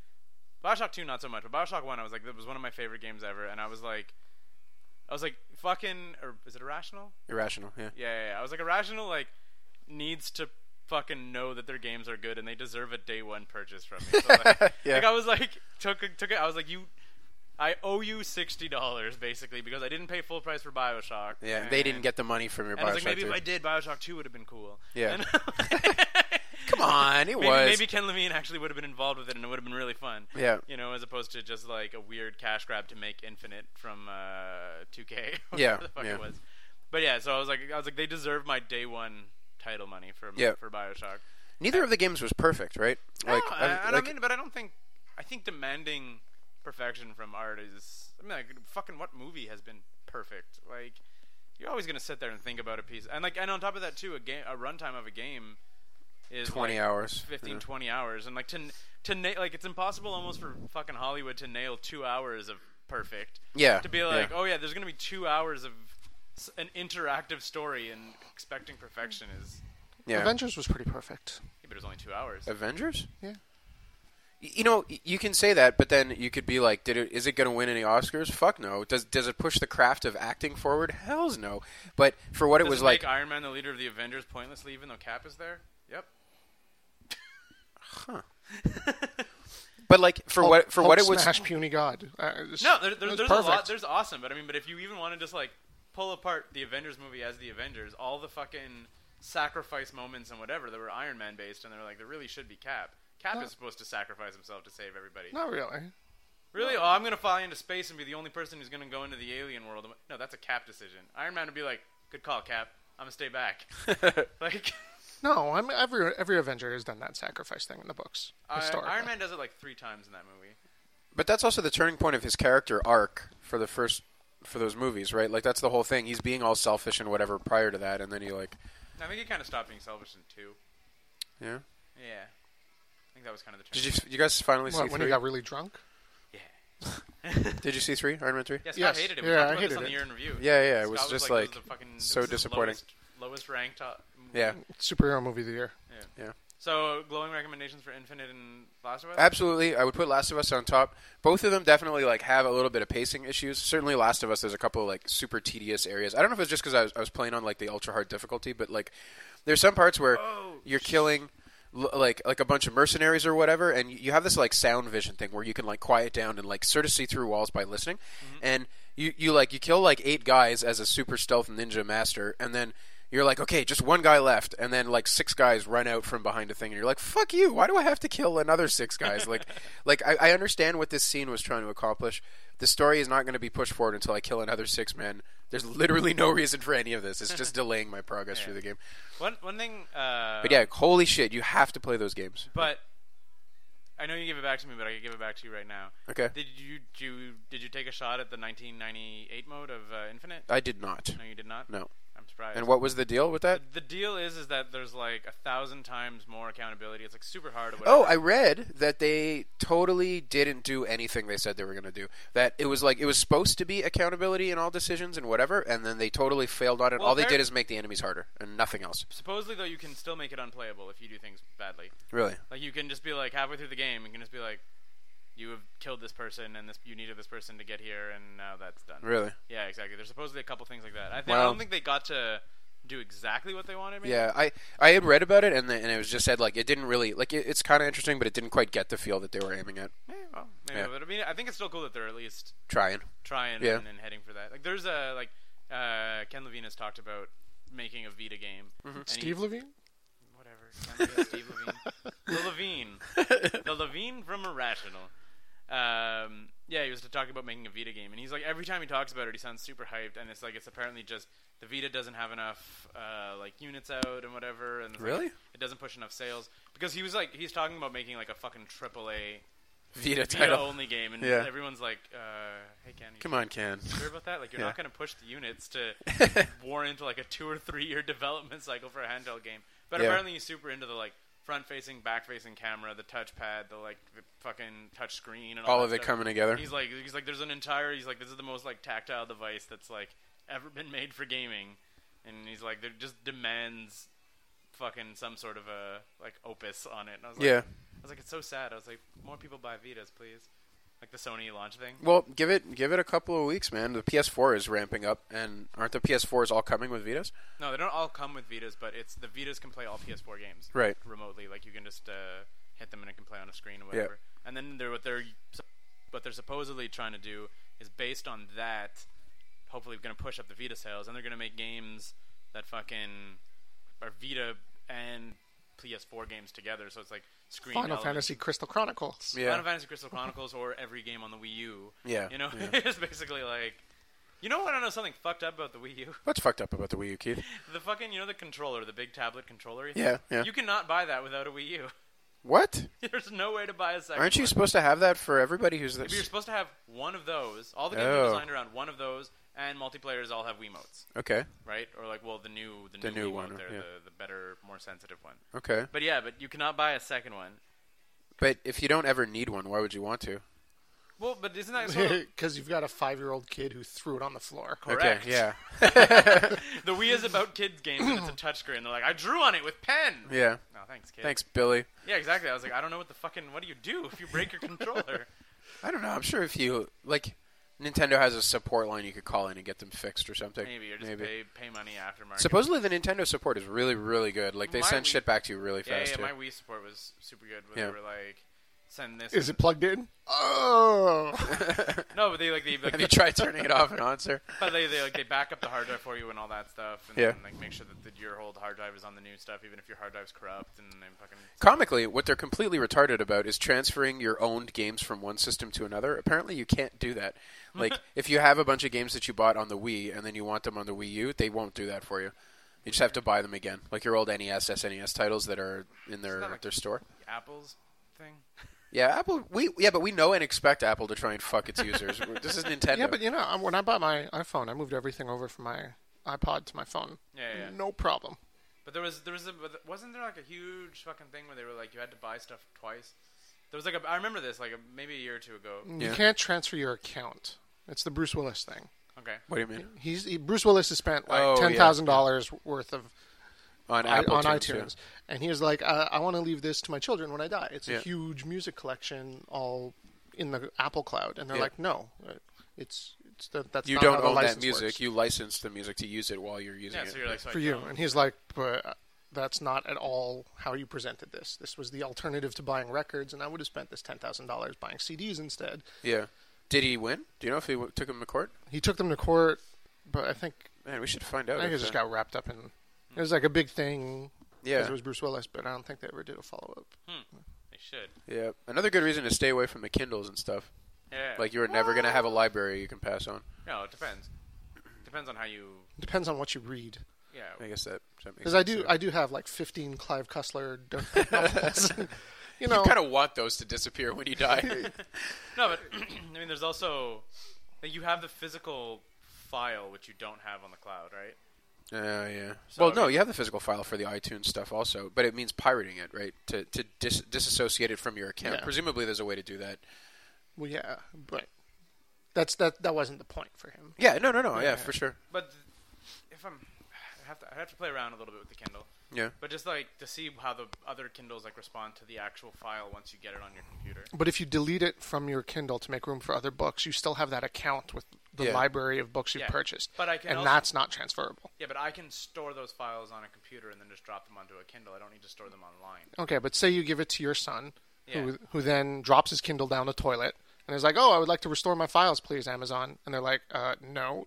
Speaker 2: Bioshock Two not so much, but Bioshock One I was like that was one of my favorite games ever, and I was like, I was like fucking or is it irrational?
Speaker 3: Irrational, yeah.
Speaker 2: Yeah, yeah, yeah. I was like, irrational like needs to fucking know that their games are good and they deserve a day one purchase from me. So
Speaker 3: [LAUGHS]
Speaker 2: like,
Speaker 3: Yeah.
Speaker 2: like, I was like took took it. I was like you. I owe you sixty dollars basically because I didn't pay full price for Bioshock.
Speaker 3: Yeah, they didn't
Speaker 2: and-
Speaker 3: get the money from your
Speaker 2: And I
Speaker 3: Bioshock
Speaker 2: was like, maybe
Speaker 3: 2.
Speaker 2: if I did, Bioshock Two would have been cool.
Speaker 3: Yeah.
Speaker 2: And-
Speaker 3: [LAUGHS] Come on, it
Speaker 2: [LAUGHS] maybe,
Speaker 3: was.
Speaker 2: Maybe Ken Levine actually would have been involved with it, and it would have been really fun.
Speaker 3: Yeah.
Speaker 2: You know, as opposed to just like a weird cash grab to make Infinite from uh, 2K. [LAUGHS] or
Speaker 3: Yeah,
Speaker 2: whatever the fuck
Speaker 3: yeah.
Speaker 2: it was. But yeah, so I was like, I was like, they deserve my day one title money for
Speaker 3: Yeah.
Speaker 2: for Bioshock.
Speaker 3: Neither of the games was perfect, right?
Speaker 2: Like, no, I,
Speaker 3: I'm-
Speaker 2: I don't
Speaker 3: like-
Speaker 2: mean, but I don't think. I think demanding perfection from art is. I mean, like, fucking what movie has been perfect? Like, you're always gonna sit there and think about a piece, and like, and on top of that too, a game, a runtime of a game is
Speaker 3: 20
Speaker 2: like,
Speaker 3: hours.
Speaker 2: 15,
Speaker 3: Yeah.
Speaker 2: 20 hours, and like to to na- like it's impossible almost for fucking Hollywood to nail two hours of perfect.
Speaker 3: Yeah,
Speaker 2: To be
Speaker 3: yeah.
Speaker 2: like, oh yeah, there's gonna be two hours of s- an interactive story, and expecting perfection is.
Speaker 3: yeah.
Speaker 1: Avengers was pretty perfect.
Speaker 2: Yeah, but it was only two hours.
Speaker 3: Avengers?
Speaker 1: Yeah.
Speaker 3: Y- You know, y- you can say that, but then you could be like, "Did it? Is it going to win any Oscars? Fuck no. Does does it push the craft of acting forward? Hell's no. But for what it
Speaker 2: Does
Speaker 3: was like,
Speaker 2: make Iron Man the leader of the Avengers pointlessly, even though Cap is there. Yep.
Speaker 3: but like for what for what it
Speaker 1: Oh, Hulk
Speaker 3: was,
Speaker 1: smash puny god. Uh, it's-
Speaker 2: No, there, there-
Speaker 1: it's
Speaker 2: there's a
Speaker 1: perfect.
Speaker 2: lot. There's awesome, but I mean, but if you even want to just like pull apart the Avengers movie as the Avengers, all the fucking sacrifice moments and whatever that were Iron Man based, and they're like, there really should be Cap. Cap
Speaker 1: No.
Speaker 2: is supposed to sacrifice himself to save everybody.
Speaker 1: Not really.
Speaker 2: Really? Oh, I'm gonna fly into space and be the only person who's gonna go into the alien world. No, that's a Cap decision. Iron Man would be like, good call, Cap. I'm gonna stay
Speaker 3: [LAUGHS]
Speaker 2: back. [LAUGHS] like.
Speaker 1: No, I'm, every every Avenger has done that sacrifice thing in the books.
Speaker 2: Uh,
Speaker 1: historically.
Speaker 2: Iron Man does it like three times in that movie.
Speaker 3: but that's also the turning point of his character arc for the first for those movies, right? Like that's the whole thing. He's being all selfish and whatever prior to that, and then you like,
Speaker 2: I think he kind of stopped being selfish in two.
Speaker 3: yeah.
Speaker 2: Yeah, I think that was kind of the.
Speaker 3: Did
Speaker 2: turning
Speaker 3: you you guys finally see
Speaker 1: What, when he
Speaker 3: three?
Speaker 1: got really drunk?
Speaker 2: Yeah. [LAUGHS]
Speaker 3: Did you see three Iron Man three?
Speaker 2: Yeah, Scott
Speaker 1: Yes.
Speaker 2: hated it. We
Speaker 1: Yeah,
Speaker 2: talked
Speaker 1: I
Speaker 2: about this
Speaker 1: hated
Speaker 2: on the
Speaker 1: it.
Speaker 2: year in review.
Speaker 3: Yeah, yeah, it
Speaker 2: Scott
Speaker 3: was
Speaker 2: was
Speaker 3: just,
Speaker 2: like,
Speaker 3: like,
Speaker 2: this is the fucking,
Speaker 3: so
Speaker 2: this is the
Speaker 3: disappointing.
Speaker 2: Lowest, lowest ranked. uh, Top,
Speaker 3: Yeah.
Speaker 1: Superhero movie of the year.
Speaker 3: Yeah.
Speaker 2: So glowing recommendations for Infinite and Last of Us.
Speaker 3: Absolutely, I would put Last of Us on top. Both of them definitely like have a little bit of pacing issues. Certainly, Last of Us there's a couple of, like super tedious areas. I don't know if it's just because I was, I was playing on like the ultra hard difficulty, but like there's some parts where
Speaker 2: Oh.
Speaker 3: you're killing l- like like a bunch of mercenaries or whatever, and you- you have this like sound vision thing where you can like quiet down and like sort of see through walls by listening, and you you like you kill like eight guys as a super stealth ninja master, and then. You're like, okay, just one guy left, and then like six guys run out from behind a thing, and you're like, fuck you! Why do I have to kill another six guys? like, like I, I understand what this scene was trying to accomplish. The story is not going to be pushed forward until I kill another six men. There's literally no reason for any of this. It's just delaying my progress through the game.
Speaker 2: One one thing. Uh,
Speaker 3: But yeah, holy shit, you have to play those games.
Speaker 2: But I know you gave it back to me, but I can give it back to you right now.
Speaker 3: Okay.
Speaker 2: Did you did you did you take a shot at the 1998 mode of uh, Infinite?
Speaker 3: I did not.
Speaker 2: no, you did not.
Speaker 3: No.
Speaker 2: I'm surprised.
Speaker 3: And what was the deal with that?
Speaker 2: the deal is is that there's like a thousand times more accountability. It's like super hard. Or whatever.
Speaker 3: Oh, I read that they totally didn't do anything they said they were going to do. That it was like it was supposed to be accountability in all decisions and whatever, and then they totally failed on it.
Speaker 2: Well,
Speaker 3: all they
Speaker 2: there-
Speaker 3: did is make the enemies harder and nothing else.
Speaker 2: Supposedly though, you can still make it unplayable if you do things badly.
Speaker 3: Really?
Speaker 2: Like you can just be like halfway through the game, you can just be like, you have killed this person and this you needed this person to get here, and now that's done.
Speaker 3: Really?
Speaker 2: Yeah, exactly. There's supposedly a couple things like that. I, think I
Speaker 3: Well-
Speaker 2: don't think they got to do exactly what they wanted. Maybe?
Speaker 3: Yeah, I I had read about it and the, and it was just said like it didn't really like it, it's kind of interesting, but it didn't quite get the feel that they were aiming at.
Speaker 2: Eh, well, maybe.
Speaker 3: Yeah.
Speaker 2: But I mean, I think it's still cool that they're at least
Speaker 3: Trying. [LAUGHS]
Speaker 2: trying
Speaker 3: Yeah.
Speaker 2: and, and heading for that. Like there's a like uh, Ken Levine has talked about making a Vita game. and he-
Speaker 1: Steve Levine?
Speaker 2: whatever. Can't think of Steve
Speaker 3: [LAUGHS]
Speaker 2: Levine. The Levine. The Levine from Irrational. Um, yeah, he was to talk about making a Vita game, and he's like, every time he talks about it, he sounds super hyped, and it's like it's apparently just the Vita doesn't have enough uh, like units out and whatever, and it's like,
Speaker 3: Really?
Speaker 2: it doesn't push enough sales because he was like he's talking about making like a fucking AAA
Speaker 3: Vita
Speaker 2: Vita
Speaker 3: title.
Speaker 2: only game, and
Speaker 3: Yeah.
Speaker 2: everyone's like, uh, hey, Ken, you
Speaker 3: Come on, Ken.
Speaker 2: Sure about that? Like you're
Speaker 3: Yeah.
Speaker 2: not going to push the units
Speaker 3: [LAUGHS]
Speaker 2: to warrant like a two or three year development [LAUGHS] cycle for a handheld game. But
Speaker 3: Yeah.
Speaker 2: apparently he's super into the like front facing, back facing camera, the touchpad, the like the fucking touch screen, and all,
Speaker 3: All
Speaker 2: that
Speaker 3: of it
Speaker 2: stuff.
Speaker 3: coming together.
Speaker 2: He's like he's like there's an entire he's like this is the most like tactile device that's like ever been made for gaming, and he's like there just demands fucking some sort of a like opus on it. And I was like,
Speaker 3: Yeah.
Speaker 2: I was like it's so sad. I was like more people buy Vitas, please. like the Sony launch thing.
Speaker 3: Well, give it give it a couple of weeks, man. The PS4 is ramping up, and aren't the PS4s all coming with Vitas?
Speaker 2: No, they don't all come with Vitas, but it's the Vitas can play all PS4 games
Speaker 3: Right.
Speaker 2: remotely. Like you can just uh, hit them and it can play on a screen or whatever. And then they're what they're what they're supposedly trying to do is based on that. Hopefully, going to push up the Vita sales, and they're going to make games that fucking are Vita and PS4 games together. So it's like screen
Speaker 1: Final
Speaker 2: elements.
Speaker 1: Fantasy Crystal Chronicles. [LAUGHS]
Speaker 3: Yeah.
Speaker 2: Final Fantasy Crystal Chronicles or every game on the Wii U.
Speaker 3: Yeah,
Speaker 2: You know,
Speaker 3: yeah.
Speaker 2: [LAUGHS] it's basically like. You know what? I know something fucked up about the Wii U.
Speaker 3: What's fucked up about the Wii U, Keith?
Speaker 2: The fucking, you know, the controller, the big tablet controller. you
Speaker 3: Yeah,
Speaker 2: think?
Speaker 3: yeah.
Speaker 2: You cannot buy that without a Wii U. [LAUGHS]
Speaker 3: What?
Speaker 2: There's no way to buy a second.
Speaker 3: Aren't you
Speaker 2: one.
Speaker 3: supposed to have that for everybody who's
Speaker 2: But You're
Speaker 3: this?
Speaker 2: supposed to have one of those. All the games
Speaker 3: Oh.
Speaker 2: are designed around one of those, and multiplayers all have Wiimotes,
Speaker 3: Okay,
Speaker 2: right? Or like, well, the new, the,
Speaker 3: The new
Speaker 2: Wiimote
Speaker 3: one,
Speaker 2: there,
Speaker 3: yeah.
Speaker 2: the, the better, more sensitive one.
Speaker 3: okay.
Speaker 2: But yeah, but you cannot buy a second one.
Speaker 3: But if you don't ever need one, why would you want to?
Speaker 2: Well, but isn't that sort
Speaker 3: [LAUGHS]
Speaker 2: of
Speaker 1: Because you've got a five-year-old kid who threw it on the floor.
Speaker 2: correct?
Speaker 3: Okay, yeah,
Speaker 2: The Wii is about kids games, and it's a touchscreen. They're like, I drew on it with pen.
Speaker 3: yeah.
Speaker 2: No, thanks, kid.
Speaker 3: Thanks, Billy.
Speaker 2: Yeah, exactly. I was like, I don't know what the fucking. What do you do if you break
Speaker 3: [LAUGHS]
Speaker 2: your controller?
Speaker 3: I don't know. I'm sure if you like, Nintendo has a support line you could call in and get them fixed or something.
Speaker 2: Maybe or just pay pay money aftermarket.
Speaker 3: Supposedly the Nintendo support is really, really good. Like they
Speaker 2: My
Speaker 3: send
Speaker 2: Wii-
Speaker 3: shit back to you really
Speaker 2: Yeah,
Speaker 3: fast.
Speaker 2: yeah,
Speaker 3: too.
Speaker 2: my Wii support was super good. Where
Speaker 3: Yeah.
Speaker 2: They were like, send this.
Speaker 1: Is it plugged in?
Speaker 2: [LAUGHS]
Speaker 1: Oh,
Speaker 2: No, but they like they like,
Speaker 3: [LAUGHS] Have you
Speaker 2: they,
Speaker 3: tried turning it off and
Speaker 2: [LAUGHS]
Speaker 3: on, sir?
Speaker 2: but they, they like they back up the hard drive for you and all that stuff, and
Speaker 3: Yeah.
Speaker 2: then, like make sure that the, your old hard drive is on the new stuff, even if your hard drive's corrupt and they fucking.
Speaker 3: Comically, what they're completely retarded about is transferring your owned games from one system to another. Apparently, you can't do that.
Speaker 1: Mm-hmm.
Speaker 3: Like, if you have a bunch of games that you bought on the Wii and then you want them on the Wii U, they won't do that for you. You just have to buy them again, like your old E NES, SNES titles that are in their
Speaker 2: that like-
Speaker 3: their store.
Speaker 2: Apple's thing.
Speaker 3: Yeah, Apple. We yeah, but we know and expect Apple to try and fuck its
Speaker 1: [LAUGHS]
Speaker 3: users. this is Nintendo.
Speaker 1: yeah, but you know, I- when I bought my iPhone, I moved everything over from my iPod to my phone.
Speaker 2: Yeah, yeah, yeah.
Speaker 1: No problem.
Speaker 2: But there was there was a but wasn't there like a huge fucking thing where they were like you had to buy stuff twice. There was like a I remember this like a, maybe a year or two ago.
Speaker 3: Yeah.
Speaker 1: You can't transfer your account. It's the Bruce Willis thing.
Speaker 2: Okay.
Speaker 3: what do you mean
Speaker 1: He's he, Bruce Willis has spent like
Speaker 3: Oh, yeah.
Speaker 1: ten thousand dollars worth of
Speaker 3: on
Speaker 1: I-
Speaker 3: Apple
Speaker 1: on
Speaker 3: yeah.
Speaker 1: iTunes, and he was like, uh, "I want to leave this to my children when I die." It's
Speaker 3: Yeah.
Speaker 1: a huge music collection, all in the Apple Cloud, and they're
Speaker 3: Yeah.
Speaker 1: like, "No, uh, it's it's that that's
Speaker 3: You
Speaker 1: not how
Speaker 3: don't
Speaker 1: the
Speaker 3: own that
Speaker 1: license
Speaker 3: music.
Speaker 1: works
Speaker 3: You license the music to use it while you're using
Speaker 2: Yeah,
Speaker 3: it.
Speaker 2: so you're like so I
Speaker 1: for you."
Speaker 2: don't-
Speaker 1: And he's like, "But uh, that's not at all how you presented this. This was the alternative to buying records, and I would have spent this ten thousand dollars buying CDs instead."
Speaker 3: yeah. Did he win? Do you know if he w- took him to court?
Speaker 1: He took them to court, but I think
Speaker 3: Man, we should find out.
Speaker 1: I think
Speaker 3: if,
Speaker 1: it just
Speaker 3: uh,
Speaker 1: got wrapped up in. It was like a big thing. 'cause
Speaker 3: Yeah.
Speaker 1: it was Bruce Willis, but I don't think they ever did a follow up.
Speaker 2: They should.
Speaker 3: yeah. Another good reason to stay away from the Kindles and stuff.
Speaker 2: Yeah.
Speaker 3: Like you're never gonna have a library you can pass on.
Speaker 2: No, it depends. Depends on how you.
Speaker 1: Depends on what you read.
Speaker 2: Yeah.
Speaker 3: I guess that, that makes
Speaker 1: Because I
Speaker 3: sense,
Speaker 1: do,
Speaker 3: yeah.
Speaker 1: I do have like 15 Clive Cussler d- [LAUGHS]
Speaker 3: [LAUGHS]
Speaker 1: novels. you know,
Speaker 3: you kind of want those to disappear when
Speaker 1: [LAUGHS]
Speaker 3: you die.
Speaker 2: [LAUGHS] No, but [CLEARS THROAT] I mean, there's also like you have the physical file which you don't have on the cloud, right?
Speaker 3: Oh yeah.
Speaker 2: So-
Speaker 3: well, no, you have the physical file for the iTunes stuff also, but it means pirating it, right? To to dis- disassociate it from your account.
Speaker 1: Yeah.
Speaker 3: Presumably, there's a way to do that.
Speaker 1: well, yeah, but that's that. That wasn't the point for him.
Speaker 3: Yeah. No. No. No. Yeah. For sure.
Speaker 2: But th- if I'm, I have to I have to play around a little bit with the Kindle.
Speaker 3: Yeah.
Speaker 2: But just like to see how the other Kindles like respond to the actual file once you get it on your computer.
Speaker 1: But if you delete it from your Kindle to make room for other books, you still have that account with the
Speaker 3: Yeah.
Speaker 1: library of books you've
Speaker 2: Yeah,
Speaker 1: purchased,
Speaker 2: but I can
Speaker 1: and
Speaker 2: also-
Speaker 1: that's not transferable.
Speaker 2: Yeah, but I can store those files on a computer and then just drop them onto a Kindle. I don't need to store them online.
Speaker 1: Okay, but say you give it to your son,
Speaker 2: Yeah.
Speaker 1: who who then drops his Kindle down the toilet and is like, "Oh, I would like to restore my files, please, Amazon," and they're like, uh,
Speaker 2: [LAUGHS]
Speaker 1: "No."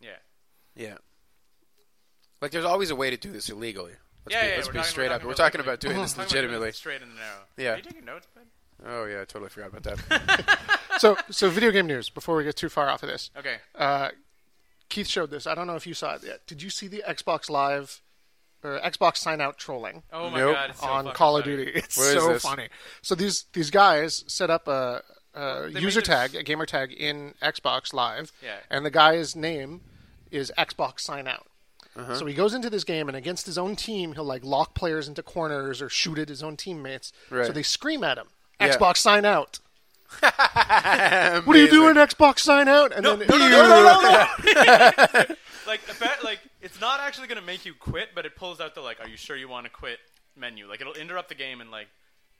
Speaker 2: Yeah.
Speaker 3: Yeah. Like, there's always a way to do this illegally. Let's
Speaker 2: Yeah,
Speaker 3: be,
Speaker 2: yeah,
Speaker 3: let's
Speaker 2: we're
Speaker 3: be
Speaker 2: talking- we're
Speaker 3: straight up.
Speaker 2: talking
Speaker 3: We're
Speaker 2: about
Speaker 3: talking
Speaker 2: legally.
Speaker 3: about doing
Speaker 2: [LAUGHS]
Speaker 3: this
Speaker 2: Talking about doing it
Speaker 3: legitimately.
Speaker 2: Straight in the narrow.
Speaker 3: Yeah.
Speaker 2: Are you taking notes, bud?
Speaker 3: Oh yeah, I totally forgot about that.
Speaker 1: So, so video game news. Before we get too far off of this,
Speaker 2: Okay.
Speaker 1: Uh, Keith showed this. I don't know if you saw it yet. Did you see the Xbox Live or Xbox sign out trolling
Speaker 2: Oh my
Speaker 3: nope.
Speaker 2: god. It's so
Speaker 1: on
Speaker 2: fucking
Speaker 1: Call of
Speaker 2: funny.
Speaker 1: Duty? It's
Speaker 3: Where is
Speaker 1: so
Speaker 3: this?
Speaker 1: funny. So these these guys set up a, a
Speaker 2: made
Speaker 1: user
Speaker 2: this-
Speaker 1: tag, a gamer tag in Xbox Live,
Speaker 2: Yeah.
Speaker 1: and the guy's name is Xbox sign out.
Speaker 2: Uh-huh.
Speaker 1: So he goes into this game and against his own team, he'll like lock players into corners or shoot at his own teammates. So
Speaker 3: Right.
Speaker 1: they scream at him,
Speaker 3: Yeah.
Speaker 1: "Xbox sign out!
Speaker 2: [LAUGHS]
Speaker 1: What are you doing, Xbox sign out?" And then
Speaker 2: [LAUGHS] like a ba- like it's not actually going to make you quit, but it pulls out the like, are you sure you want to quit menu? Like it'll interrupt the game and like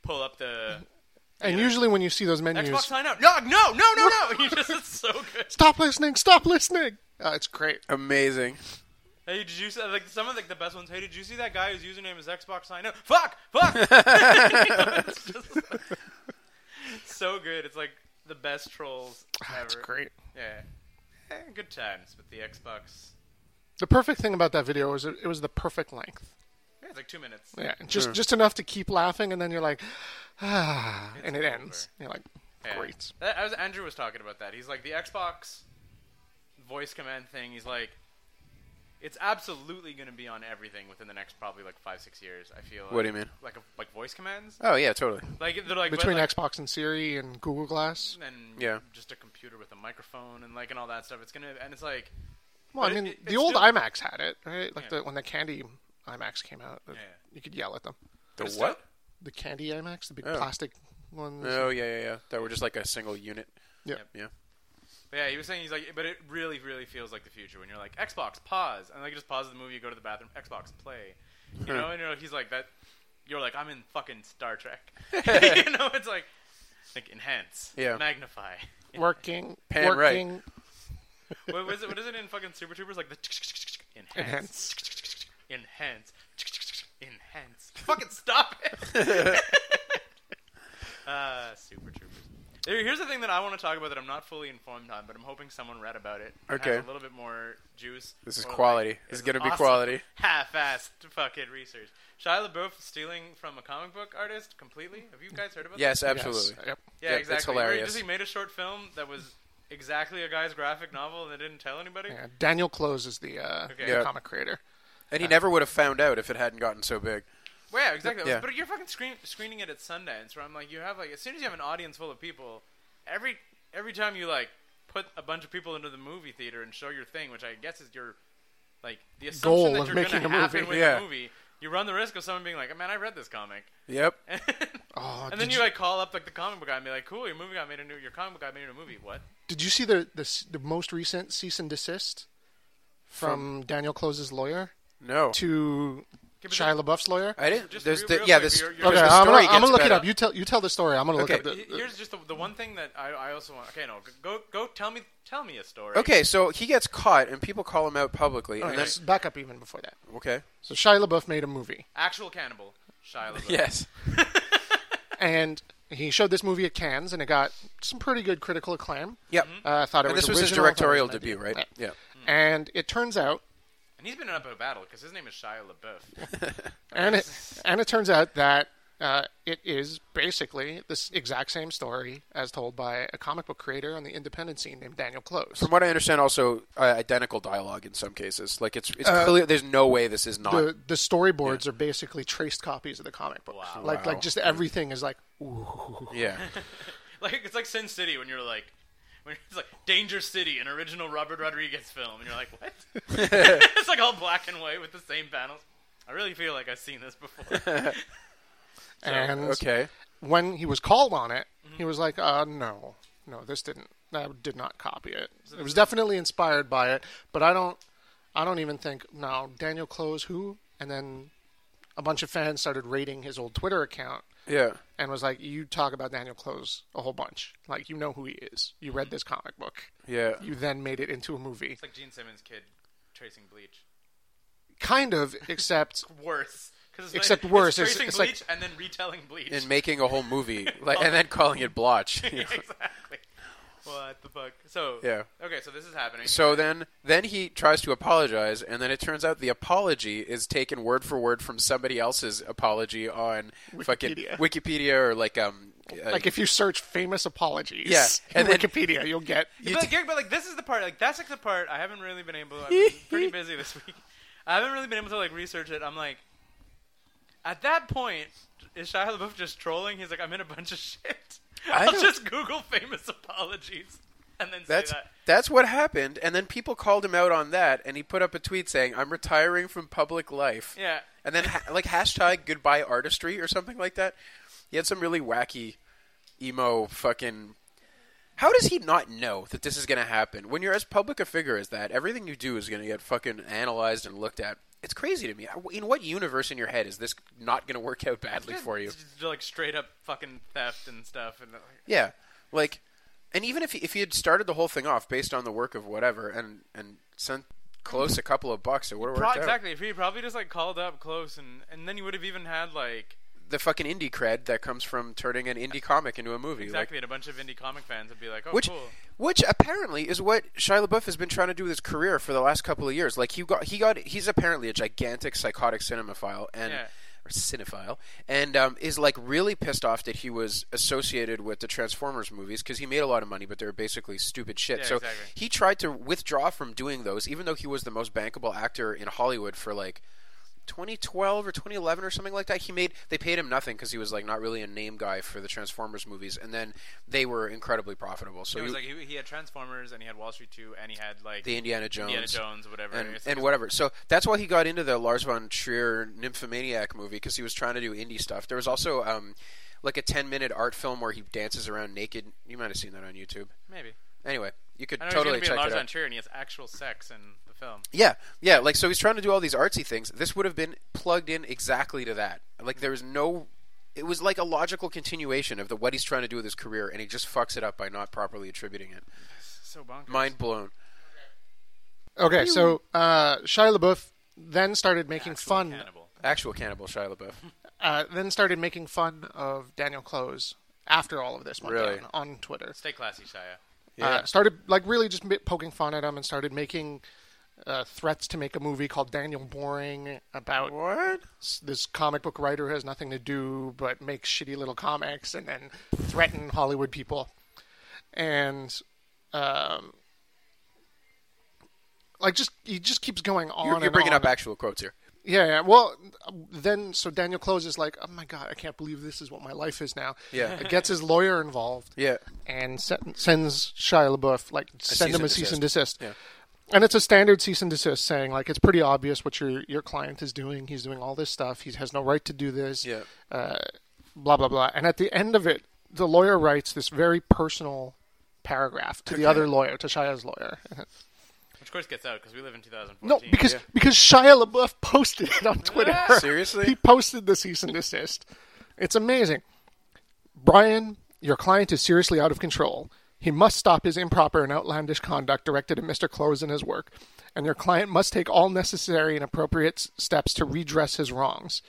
Speaker 2: pull up the
Speaker 1: And usually when you see those menus,
Speaker 2: Xbox sign up. No, no, no, no, no. [LAUGHS] You just it's so good.
Speaker 1: stop listening, stop listening. Uh, it's great.
Speaker 3: [LAUGHS]
Speaker 1: [SIGHS]
Speaker 3: Amazing.
Speaker 2: Hey, did you see like some of like the best ones? Hey, did you see that guy whose username is Xbox sign up? Fuck, [LAUGHS] fuck. It's just, like, so good. It's like the best [SIGHS] trolls ever.
Speaker 1: It's great.
Speaker 2: Yeah. Eh, good times with the Xbox.
Speaker 1: The perfect thing about that video was it, it was the perfect length.
Speaker 2: Yeah, it's like two minutes.
Speaker 1: Yeah, just just enough to keep laughing, and then you're like, ah, and it
Speaker 2: over.
Speaker 1: ends. You're like,
Speaker 2: Yeah.
Speaker 1: great.
Speaker 2: That, I was, Andrew was talking about that. He's like the Xbox voice command thing. He's like, it's absolutely going to be on everything within the next probably like five six years. I feel. Like,
Speaker 3: What do you mean?
Speaker 2: Like a, like voice commands.
Speaker 3: Oh yeah, totally.
Speaker 2: Like they're like but,
Speaker 1: Between
Speaker 2: like,
Speaker 1: Xbox and Siri and Google Glass,
Speaker 2: and
Speaker 3: Yeah.
Speaker 2: just a computer with a microphone and like and all that stuff. It's gonna and it's like
Speaker 1: well, I
Speaker 2: But it-
Speaker 1: mean,
Speaker 2: it-
Speaker 1: the
Speaker 2: it's
Speaker 1: old
Speaker 2: still-
Speaker 1: IMAX had it, right? Like
Speaker 2: Yeah.
Speaker 1: the when the candy IMAX came out, the-
Speaker 2: Yeah.
Speaker 1: you could yell at them.
Speaker 3: The
Speaker 2: It's
Speaker 3: what?
Speaker 2: still-
Speaker 1: The candy IMAX, the big
Speaker 3: Oh.
Speaker 1: plastic ones.
Speaker 3: Oh yeah, yeah, yeah. That were just like a single unit.
Speaker 1: Yeah.
Speaker 2: Yep.
Speaker 3: Yeah.
Speaker 2: but yeah, he was saying he's like, but it really really feels like the future when you're like Xbox pause and like you just pause the movie, you go to the bathroom, Xbox play, you know, and you're like, he's like that. You're like I'm in fucking Star Trek, [LAUGHS] you know. It's like like enhance,
Speaker 3: Yeah.
Speaker 2: magnify.
Speaker 1: Working,
Speaker 3: Pan right.
Speaker 1: working,
Speaker 2: what was it? What is it in fucking Super Troopers? Like the [LAUGHS] enhance,
Speaker 1: [LAUGHS]
Speaker 2: enhance, enhance. Fucking stop
Speaker 3: [LAUGHS]
Speaker 2: it! uh, Super Troopers. Here- Here's the thing that I want to talk about that I'm not fully informed on, but I'm hoping someone read about it. and
Speaker 3: Okay.
Speaker 2: Has a little bit more juice.
Speaker 3: This is
Speaker 2: or, like,
Speaker 3: quality. This is gonna be quality.
Speaker 2: Half-assed fucking research. Shia LaBeouf stealing from a comic book artist completely. Have you guys heard about
Speaker 3: Yes,
Speaker 1: Yes.
Speaker 3: absolutely.
Speaker 1: Yep.
Speaker 2: yeah,
Speaker 3: Yeah, it's
Speaker 2: exactly. Where he
Speaker 3: hilarious.
Speaker 2: Just, he made a short film that was exactly a guy's graphic novel, and they didn't tell anybody.
Speaker 1: Yeah. Daniel Close is the, uh,
Speaker 2: Okay.
Speaker 1: the
Speaker 3: Yeah.
Speaker 1: comic creator.
Speaker 3: And he never would have found out if it hadn't gotten so big.
Speaker 2: Well, yeah, exactly.
Speaker 3: Yeah.
Speaker 2: But you're fucking screen- screening it at Sundance, where I'm like, you have like, as soon as you have an audience full of people, every every time you like put a bunch of people into the movie theater and show your thing, which I guess is your like the assumption
Speaker 1: Goal
Speaker 2: that
Speaker 1: of
Speaker 2: you're
Speaker 1: making
Speaker 2: gonna
Speaker 1: a
Speaker 2: happen
Speaker 1: movie.
Speaker 2: with
Speaker 3: Yeah.
Speaker 2: the movie, you run the risk of someone being like, man, I read this comic. [LAUGHS]
Speaker 3: Yep.
Speaker 1: Oh,
Speaker 2: and
Speaker 1: did
Speaker 2: then you,
Speaker 1: you-
Speaker 2: like call up like the comic book guy and be like, cool, your movie guy made a new, your comic book guy made a movie. What?
Speaker 1: Did you see the, the s- the most recent cease and desist from Daniel Close's lawyer
Speaker 3: No.
Speaker 1: to
Speaker 2: but
Speaker 1: Shia LaBeouf's lawyer?
Speaker 3: I didn't.
Speaker 2: Just
Speaker 3: there's
Speaker 2: real-
Speaker 3: the-
Speaker 2: real
Speaker 3: yeah,
Speaker 2: quick,
Speaker 3: this.
Speaker 2: you're- you're-
Speaker 3: the
Speaker 1: Okay,
Speaker 3: story
Speaker 1: I'm gonna,
Speaker 3: gets
Speaker 1: I'm gonna look it
Speaker 3: better.
Speaker 1: up. You tell you tell the story. I'm gonna look
Speaker 3: Okay.
Speaker 1: up. The,
Speaker 2: He- Here's just the, the one thing that I, I also want. Okay, no, g- go go tell me tell me a story.
Speaker 3: Okay, so he gets caught and people call him out publicly.
Speaker 2: Oh,
Speaker 1: All
Speaker 3: and
Speaker 1: right,
Speaker 3: then,
Speaker 1: let's back up even before that.
Speaker 3: okay.
Speaker 1: So Shia LaBeouf made a movie,
Speaker 2: actual cannibal, Shia LaBeouf. [LAUGHS]
Speaker 3: Yes.
Speaker 1: and he showed this movie at Cannes, and it got some pretty good critical acclaim.
Speaker 3: Yep.
Speaker 2: Mm-hmm.
Speaker 1: Uh, I thought it
Speaker 3: And
Speaker 1: was
Speaker 3: this was his
Speaker 1: original, I thought it
Speaker 3: directorial
Speaker 1: an idea.
Speaker 3: debut, right? Yeah.
Speaker 1: And it turns out,
Speaker 2: And he's been in up a battle because his name is Shia LaBeouf. [LAUGHS]
Speaker 1: and it and it turns out that uh, it is basically this exact same story as told by a comic book creator on the independent scene named Daniel Close.
Speaker 3: From what I understand, also uh, identical dialogue in some cases. Like it's it's clear. There's no way this is not.
Speaker 1: Uh, the the storyboards are basically traced copies of the comic books.
Speaker 2: Wow.
Speaker 1: Like
Speaker 3: Wow.
Speaker 1: like just everything is like
Speaker 3: yeah.
Speaker 2: [LAUGHS] like it's like Sin City when you're like, when it's like Danger City, an original Robert Rodriguez film, and you're like, what? [LAUGHS] it's like all black and white with the same panels. I really feel like I've seen this before.
Speaker 1: and
Speaker 3: Okay. Mm-hmm.
Speaker 1: when he was called on it, he was like, uh, no, no, this didn't, I did not copy it. It was definitely inspired by it, but I don't, I don't even think, no, Daniel Close, who? And then a bunch of fans started raiding his old Twitter account
Speaker 3: Yeah.
Speaker 1: and was like, you talk about Daniel Close a whole bunch. Like, you know who he is. You read this comic book.
Speaker 3: Yeah.
Speaker 1: You then made it into a movie.
Speaker 2: it's like Gene Simmons' kid tracing bleach.
Speaker 1: Kind of, except
Speaker 2: Worse. 'Cause it's
Speaker 1: Except
Speaker 2: like,
Speaker 1: worse, it's-
Speaker 2: It's tracing
Speaker 1: it's like-
Speaker 2: bleach and then retelling bleach. [LAUGHS]
Speaker 3: And making a whole movie, like, and then calling it blotch.
Speaker 2: Yeah, exactly. What the fuck? So
Speaker 3: Yeah.
Speaker 2: Okay, so this is happening.
Speaker 3: So then, then he tries to apologize, and then it turns out the apology is taken word for word from somebody else's apology on fucking
Speaker 1: Wikipedia.
Speaker 3: Wikipedia or [LAUGHS] like um uh,
Speaker 1: like if you search famous apologies
Speaker 3: Yeah,
Speaker 1: in
Speaker 3: and then-
Speaker 1: Wikipedia, you'll
Speaker 3: [LAUGHS]
Speaker 1: get
Speaker 3: you
Speaker 2: but,
Speaker 3: t-
Speaker 2: Gary, but like this is the part like that's like the part I haven't really been able. I've been
Speaker 3: [LAUGHS]
Speaker 2: pretty busy this week. I haven't really been able to like research it. I'm like, at that point, is Shia LaBeouf just trolling? He's like, I'm in a bunch of shit.
Speaker 3: I
Speaker 2: I'll
Speaker 3: know.
Speaker 2: just Google famous apologies and then
Speaker 3: that's
Speaker 2: say that.
Speaker 3: that's what happened, and then people called him out on that, and he put up a tweet saying, "I'm retiring from public life."
Speaker 2: Yeah.
Speaker 3: and then ha- like hashtag goodbye artistry or something like that. He had some really wacky emo fucking. How does he not know that this is going to happen? When you're as public a figure as that, everything you do is going to get fucking analyzed and looked at. it's crazy to me. In what universe in your head is this not going to work out badly for you?
Speaker 2: It's like straight up fucking theft and stuff. And like,
Speaker 3: Yeah, like, and even if he, if he had started the whole thing off based on the work of whatever, and and sent close a couple of bucks, it would have
Speaker 2: Pro-
Speaker 3: worked out.
Speaker 2: exactly. If he probably just like called up close, and and then you would have even had like
Speaker 3: The fucking indie cred that comes from turning an indie comic into a movie, like-
Speaker 2: exactly, and a bunch of indie comic fans would be like, oh,
Speaker 3: which
Speaker 2: cool.
Speaker 3: which apparently is what Shia LaBeouf has been trying to do with his career for the last couple of years. Like he got he got he's apparently a gigantic psychotic cinemaphile and
Speaker 2: Yeah.
Speaker 3: or cinephile and um, is like really pissed off that he was associated with the Transformers movies because he made a lot of money, but they were basically stupid shit.
Speaker 2: Yeah,
Speaker 3: so
Speaker 2: exactly.
Speaker 3: he tried to withdraw from doing those, even though he was the most bankable actor in Hollywood for like. 2012 or 2011 or something like that. He made they paid him nothing because he was like not really a name guy for the Transformers movies, and then they were incredibly profitable. So
Speaker 2: It was
Speaker 3: he-
Speaker 2: like he, he had Transformers, and he had Wall Street 2, and he had like
Speaker 3: the Indiana Jones,
Speaker 2: Indiana Jones, whatever.
Speaker 3: and,
Speaker 2: It's-
Speaker 3: and whatever. So that's why he got into the Lars von Trier Nymphomaniac movie because he was trying to do indie stuff. There was also um, like a ten minute art film where he dances around naked. You might have seen that on YouTube.
Speaker 2: maybe.
Speaker 3: Anyway, you could
Speaker 2: I know
Speaker 3: totally
Speaker 2: he's
Speaker 3: check
Speaker 2: gonna be in Lars
Speaker 3: it out.
Speaker 2: von Trier, and he has actual sex in the film.
Speaker 3: Yeah, yeah. Like so, he's trying to do all these artsy things. This would have been plugged in exactly to that. Like there was no. It was like a logical continuation of the what he's trying to do with his career, and he just fucks it up by not properly attributing it.
Speaker 2: So bonkers.
Speaker 3: Mind blown.
Speaker 1: Okay, so uh, Shia LaBeouf then started making
Speaker 2: Actual
Speaker 1: fun.
Speaker 2: Cannibal.
Speaker 3: Actual cannibal Shia LaBeouf.
Speaker 1: Uh, then started making fun of Daniel Close after all of this went
Speaker 3: Really?
Speaker 1: down on Twitter.
Speaker 2: Stay classy, Shia.
Speaker 1: Uh, started like really just mi- poking fun at him and started making uh, threats to make a movie called Daniel Boring about
Speaker 3: What?
Speaker 1: s- this comic book writer who has nothing to do but make shitty little comics and then threaten Hollywood people. And um, like just he just keeps going on.
Speaker 3: You're, you're
Speaker 1: and
Speaker 3: bringing
Speaker 1: on.
Speaker 3: up actual quotes here.
Speaker 1: Yeah, yeah. Well, then so Daniel Close is like, oh my god, I can't believe this is what my life is now.
Speaker 3: Yeah.
Speaker 1: It gets his lawyer involved.
Speaker 3: Yeah.
Speaker 1: and sen- sends Shia LaBeouf like send
Speaker 3: cease
Speaker 1: him a
Speaker 3: and
Speaker 1: cease and
Speaker 3: desist.
Speaker 1: desist.
Speaker 3: Yeah.
Speaker 1: And it's a standard cease and desist saying like it's pretty obvious what your your client is doing. He's doing all this stuff. He has no right to do this.
Speaker 3: Yeah.
Speaker 1: Uh, blah blah blah. And at the end of it, the lawyer writes this very personal paragraph to the other lawyer, to Shia's
Speaker 3: [LAUGHS]
Speaker 1: lawyer.
Speaker 2: Which of course gets out because we live in 2014.
Speaker 1: no, because because Shia LaBeouf posted it
Speaker 3: [LAUGHS]
Speaker 1: on Twitter.
Speaker 3: Seriously?
Speaker 1: he posted the cease and desist. It's amazing. Brian, your client is seriously out of control. He must stop his improper and outlandish conduct directed at Mr. Close and his work, and your client must take all necessary and appropriate s- steps to redress his wrongs.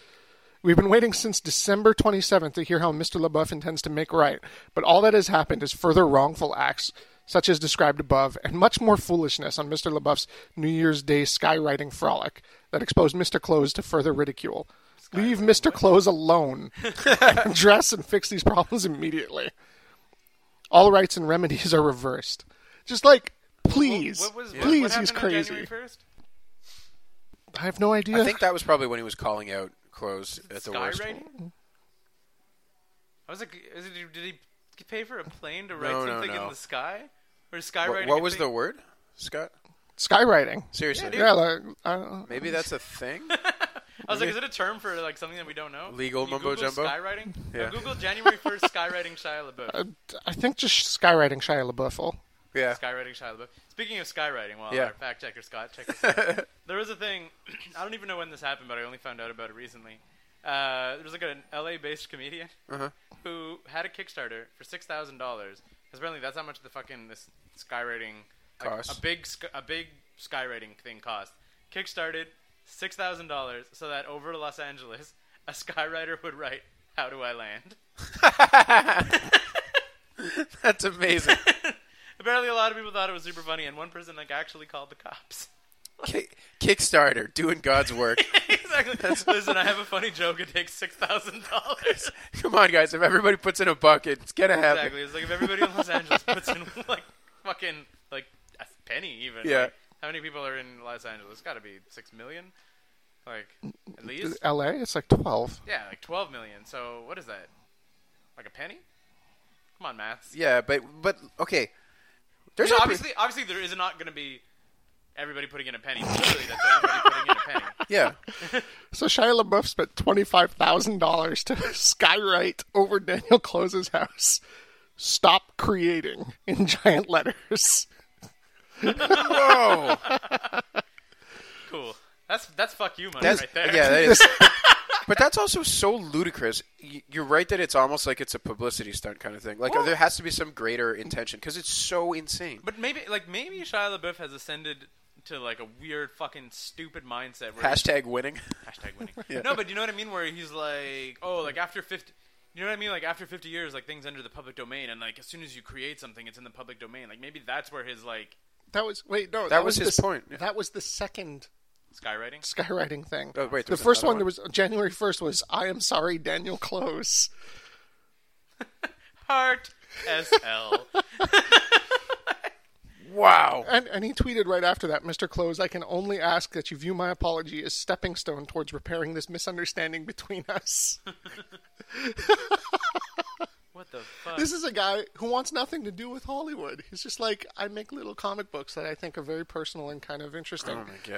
Speaker 1: We've been waiting since December 27th to hear how Mr. LaBeouf intends to make right, but all that has happened is further wrongful acts, such as described above, and much more foolishness on Mr. LaBeouf's New Year's Day skywriting frolic that exposed Mr. Close to further ridicule. Leave Mr. Close alone. Address and fix these problems immediately. All rights and remedies are reversed. Just like, please,
Speaker 2: What was, what,
Speaker 1: please,
Speaker 2: what happened
Speaker 1: he's
Speaker 2: on
Speaker 1: crazy.
Speaker 2: January 1st?
Speaker 1: I have no idea.
Speaker 3: I think that was probably when he was calling out Close at the worst.
Speaker 2: Skywriting? I was like, is it, did he pay for a plane to write
Speaker 3: No, no,
Speaker 2: something
Speaker 3: no.
Speaker 2: in the sky? Or is
Speaker 3: Wha-
Speaker 2: skywriting?
Speaker 3: What,
Speaker 2: a
Speaker 3: was
Speaker 2: thing?
Speaker 3: the word, Scott?
Speaker 1: Skywriting.
Speaker 3: Seriously,
Speaker 1: Yeah, like, I don't-
Speaker 3: maybe that's
Speaker 2: [LAUGHS]
Speaker 3: a thing.
Speaker 2: [LAUGHS] I was like, is it a term for like something that we don't know?
Speaker 3: Legal
Speaker 2: You
Speaker 3: mumbo
Speaker 2: Google
Speaker 3: jumbo?
Speaker 2: Skywriting.
Speaker 3: Yeah.
Speaker 2: Or Google January first skywriting Shia LaBeouf.
Speaker 3: [LAUGHS]
Speaker 1: I think just skywriting Shia LaBeouf. will.
Speaker 3: yeah,
Speaker 2: Skywriting Shia LaBeouf. Speaking of skywriting, well,
Speaker 3: Yeah.
Speaker 2: our fact checker Scott, check this out. [LAUGHS] there was a thing. [CLEARS THROAT] I don't even know when this happened, but I only found out about it recently. Uh, there was like an LA-based comedian
Speaker 3: Uh-huh.
Speaker 2: who had a Kickstarter for six thousand dollars. Apparently, that's how much the fucking this skywriting like,
Speaker 3: Costs.
Speaker 2: A big sk- a big skywriting thing cost. Kickstarted six thousand dollars so that over to Los Angeles, a skywriter would write, "How do I
Speaker 3: [LAUGHS]
Speaker 2: land?"
Speaker 3: [LAUGHS]
Speaker 2: [LAUGHS]
Speaker 3: that's amazing.
Speaker 2: [LAUGHS] Apparently, a lot of people thought it was super funny, and one person like actually called the cops. [LAUGHS]
Speaker 3: Ki Kickstarter, doing God's work.
Speaker 2: exactly. Listen, I have a funny joke. It takes six thousand dollars.
Speaker 3: [LAUGHS] Come on, guys! If everybody puts in a bucket, it's gonna happen.
Speaker 2: Exactly. It's like if everybody in Los Angeles puts in [LAUGHS] like fucking like a penny, even.
Speaker 3: Yeah.
Speaker 2: Like, how many people are in Los Angeles? It's got to be six million, like at least.
Speaker 1: LA, it's like 12.
Speaker 2: Yeah, like twelve million. So what is that? Like a penny? Come on, maths.
Speaker 3: [LAUGHS] Yeah, but but okay.
Speaker 2: I
Speaker 3: There's
Speaker 2: mean,
Speaker 3: oppor-
Speaker 2: obviously, obviously, there is not going to be everybody putting in a penny. Literally, that's everybody putting in a penny. [LAUGHS]
Speaker 3: yeah.
Speaker 1: So Shia LaBeouf spent $25,000 to [LAUGHS] skywrite over Daniel Close's house. Stop creating in [LAUGHS] giant letters.
Speaker 3: Whoa!
Speaker 2: Cool. That's that's fuck you money
Speaker 3: That's
Speaker 2: right there.
Speaker 3: yeah,
Speaker 2: [LAUGHS]
Speaker 3: that is. but that's also so ludicrous. Y- You're right that it's almost like it's a publicity stunt kind of thing. Like
Speaker 2: Well-
Speaker 3: there has to be some greater intention because it's so insane.
Speaker 2: But maybe like maybe Shia LaBeouf has ascended to like a weird fucking stupid mindset where he's-
Speaker 3: Hashtag winning.
Speaker 2: hashtag winning.
Speaker 3: [LAUGHS] Yeah.
Speaker 2: No, but you know what I mean where he's like, "Oh, like after 50 you know what I mean? Like after 50 years, like things enter the public domain, and like as soon as you create something, it's in the public domain. Like maybe that's where his like
Speaker 1: That was wait no. That,
Speaker 3: was his
Speaker 1: the,
Speaker 3: point, yeah.
Speaker 1: That was the second
Speaker 2: skywriting.
Speaker 1: skywriting thing.
Speaker 3: Oh, wait, there
Speaker 1: the
Speaker 3: was
Speaker 1: first one,
Speaker 3: another one.
Speaker 1: there was January first was I am sorry, Daniel Close.
Speaker 2: Heart
Speaker 3: [LAUGHS]
Speaker 2: SL.
Speaker 3: Wow.
Speaker 1: And and he tweeted right after that, Mr. Close, I can only ask that you view my apology as stepping stone towards repairing this misunderstanding between us.
Speaker 2: [LAUGHS] what the fuck?
Speaker 1: this is a guy who wants nothing to do with Hollywood. He's just like, I make little comic books that I think are very personal and kind of interesting.
Speaker 2: Mm.
Speaker 1: [LAUGHS]
Speaker 3: Oh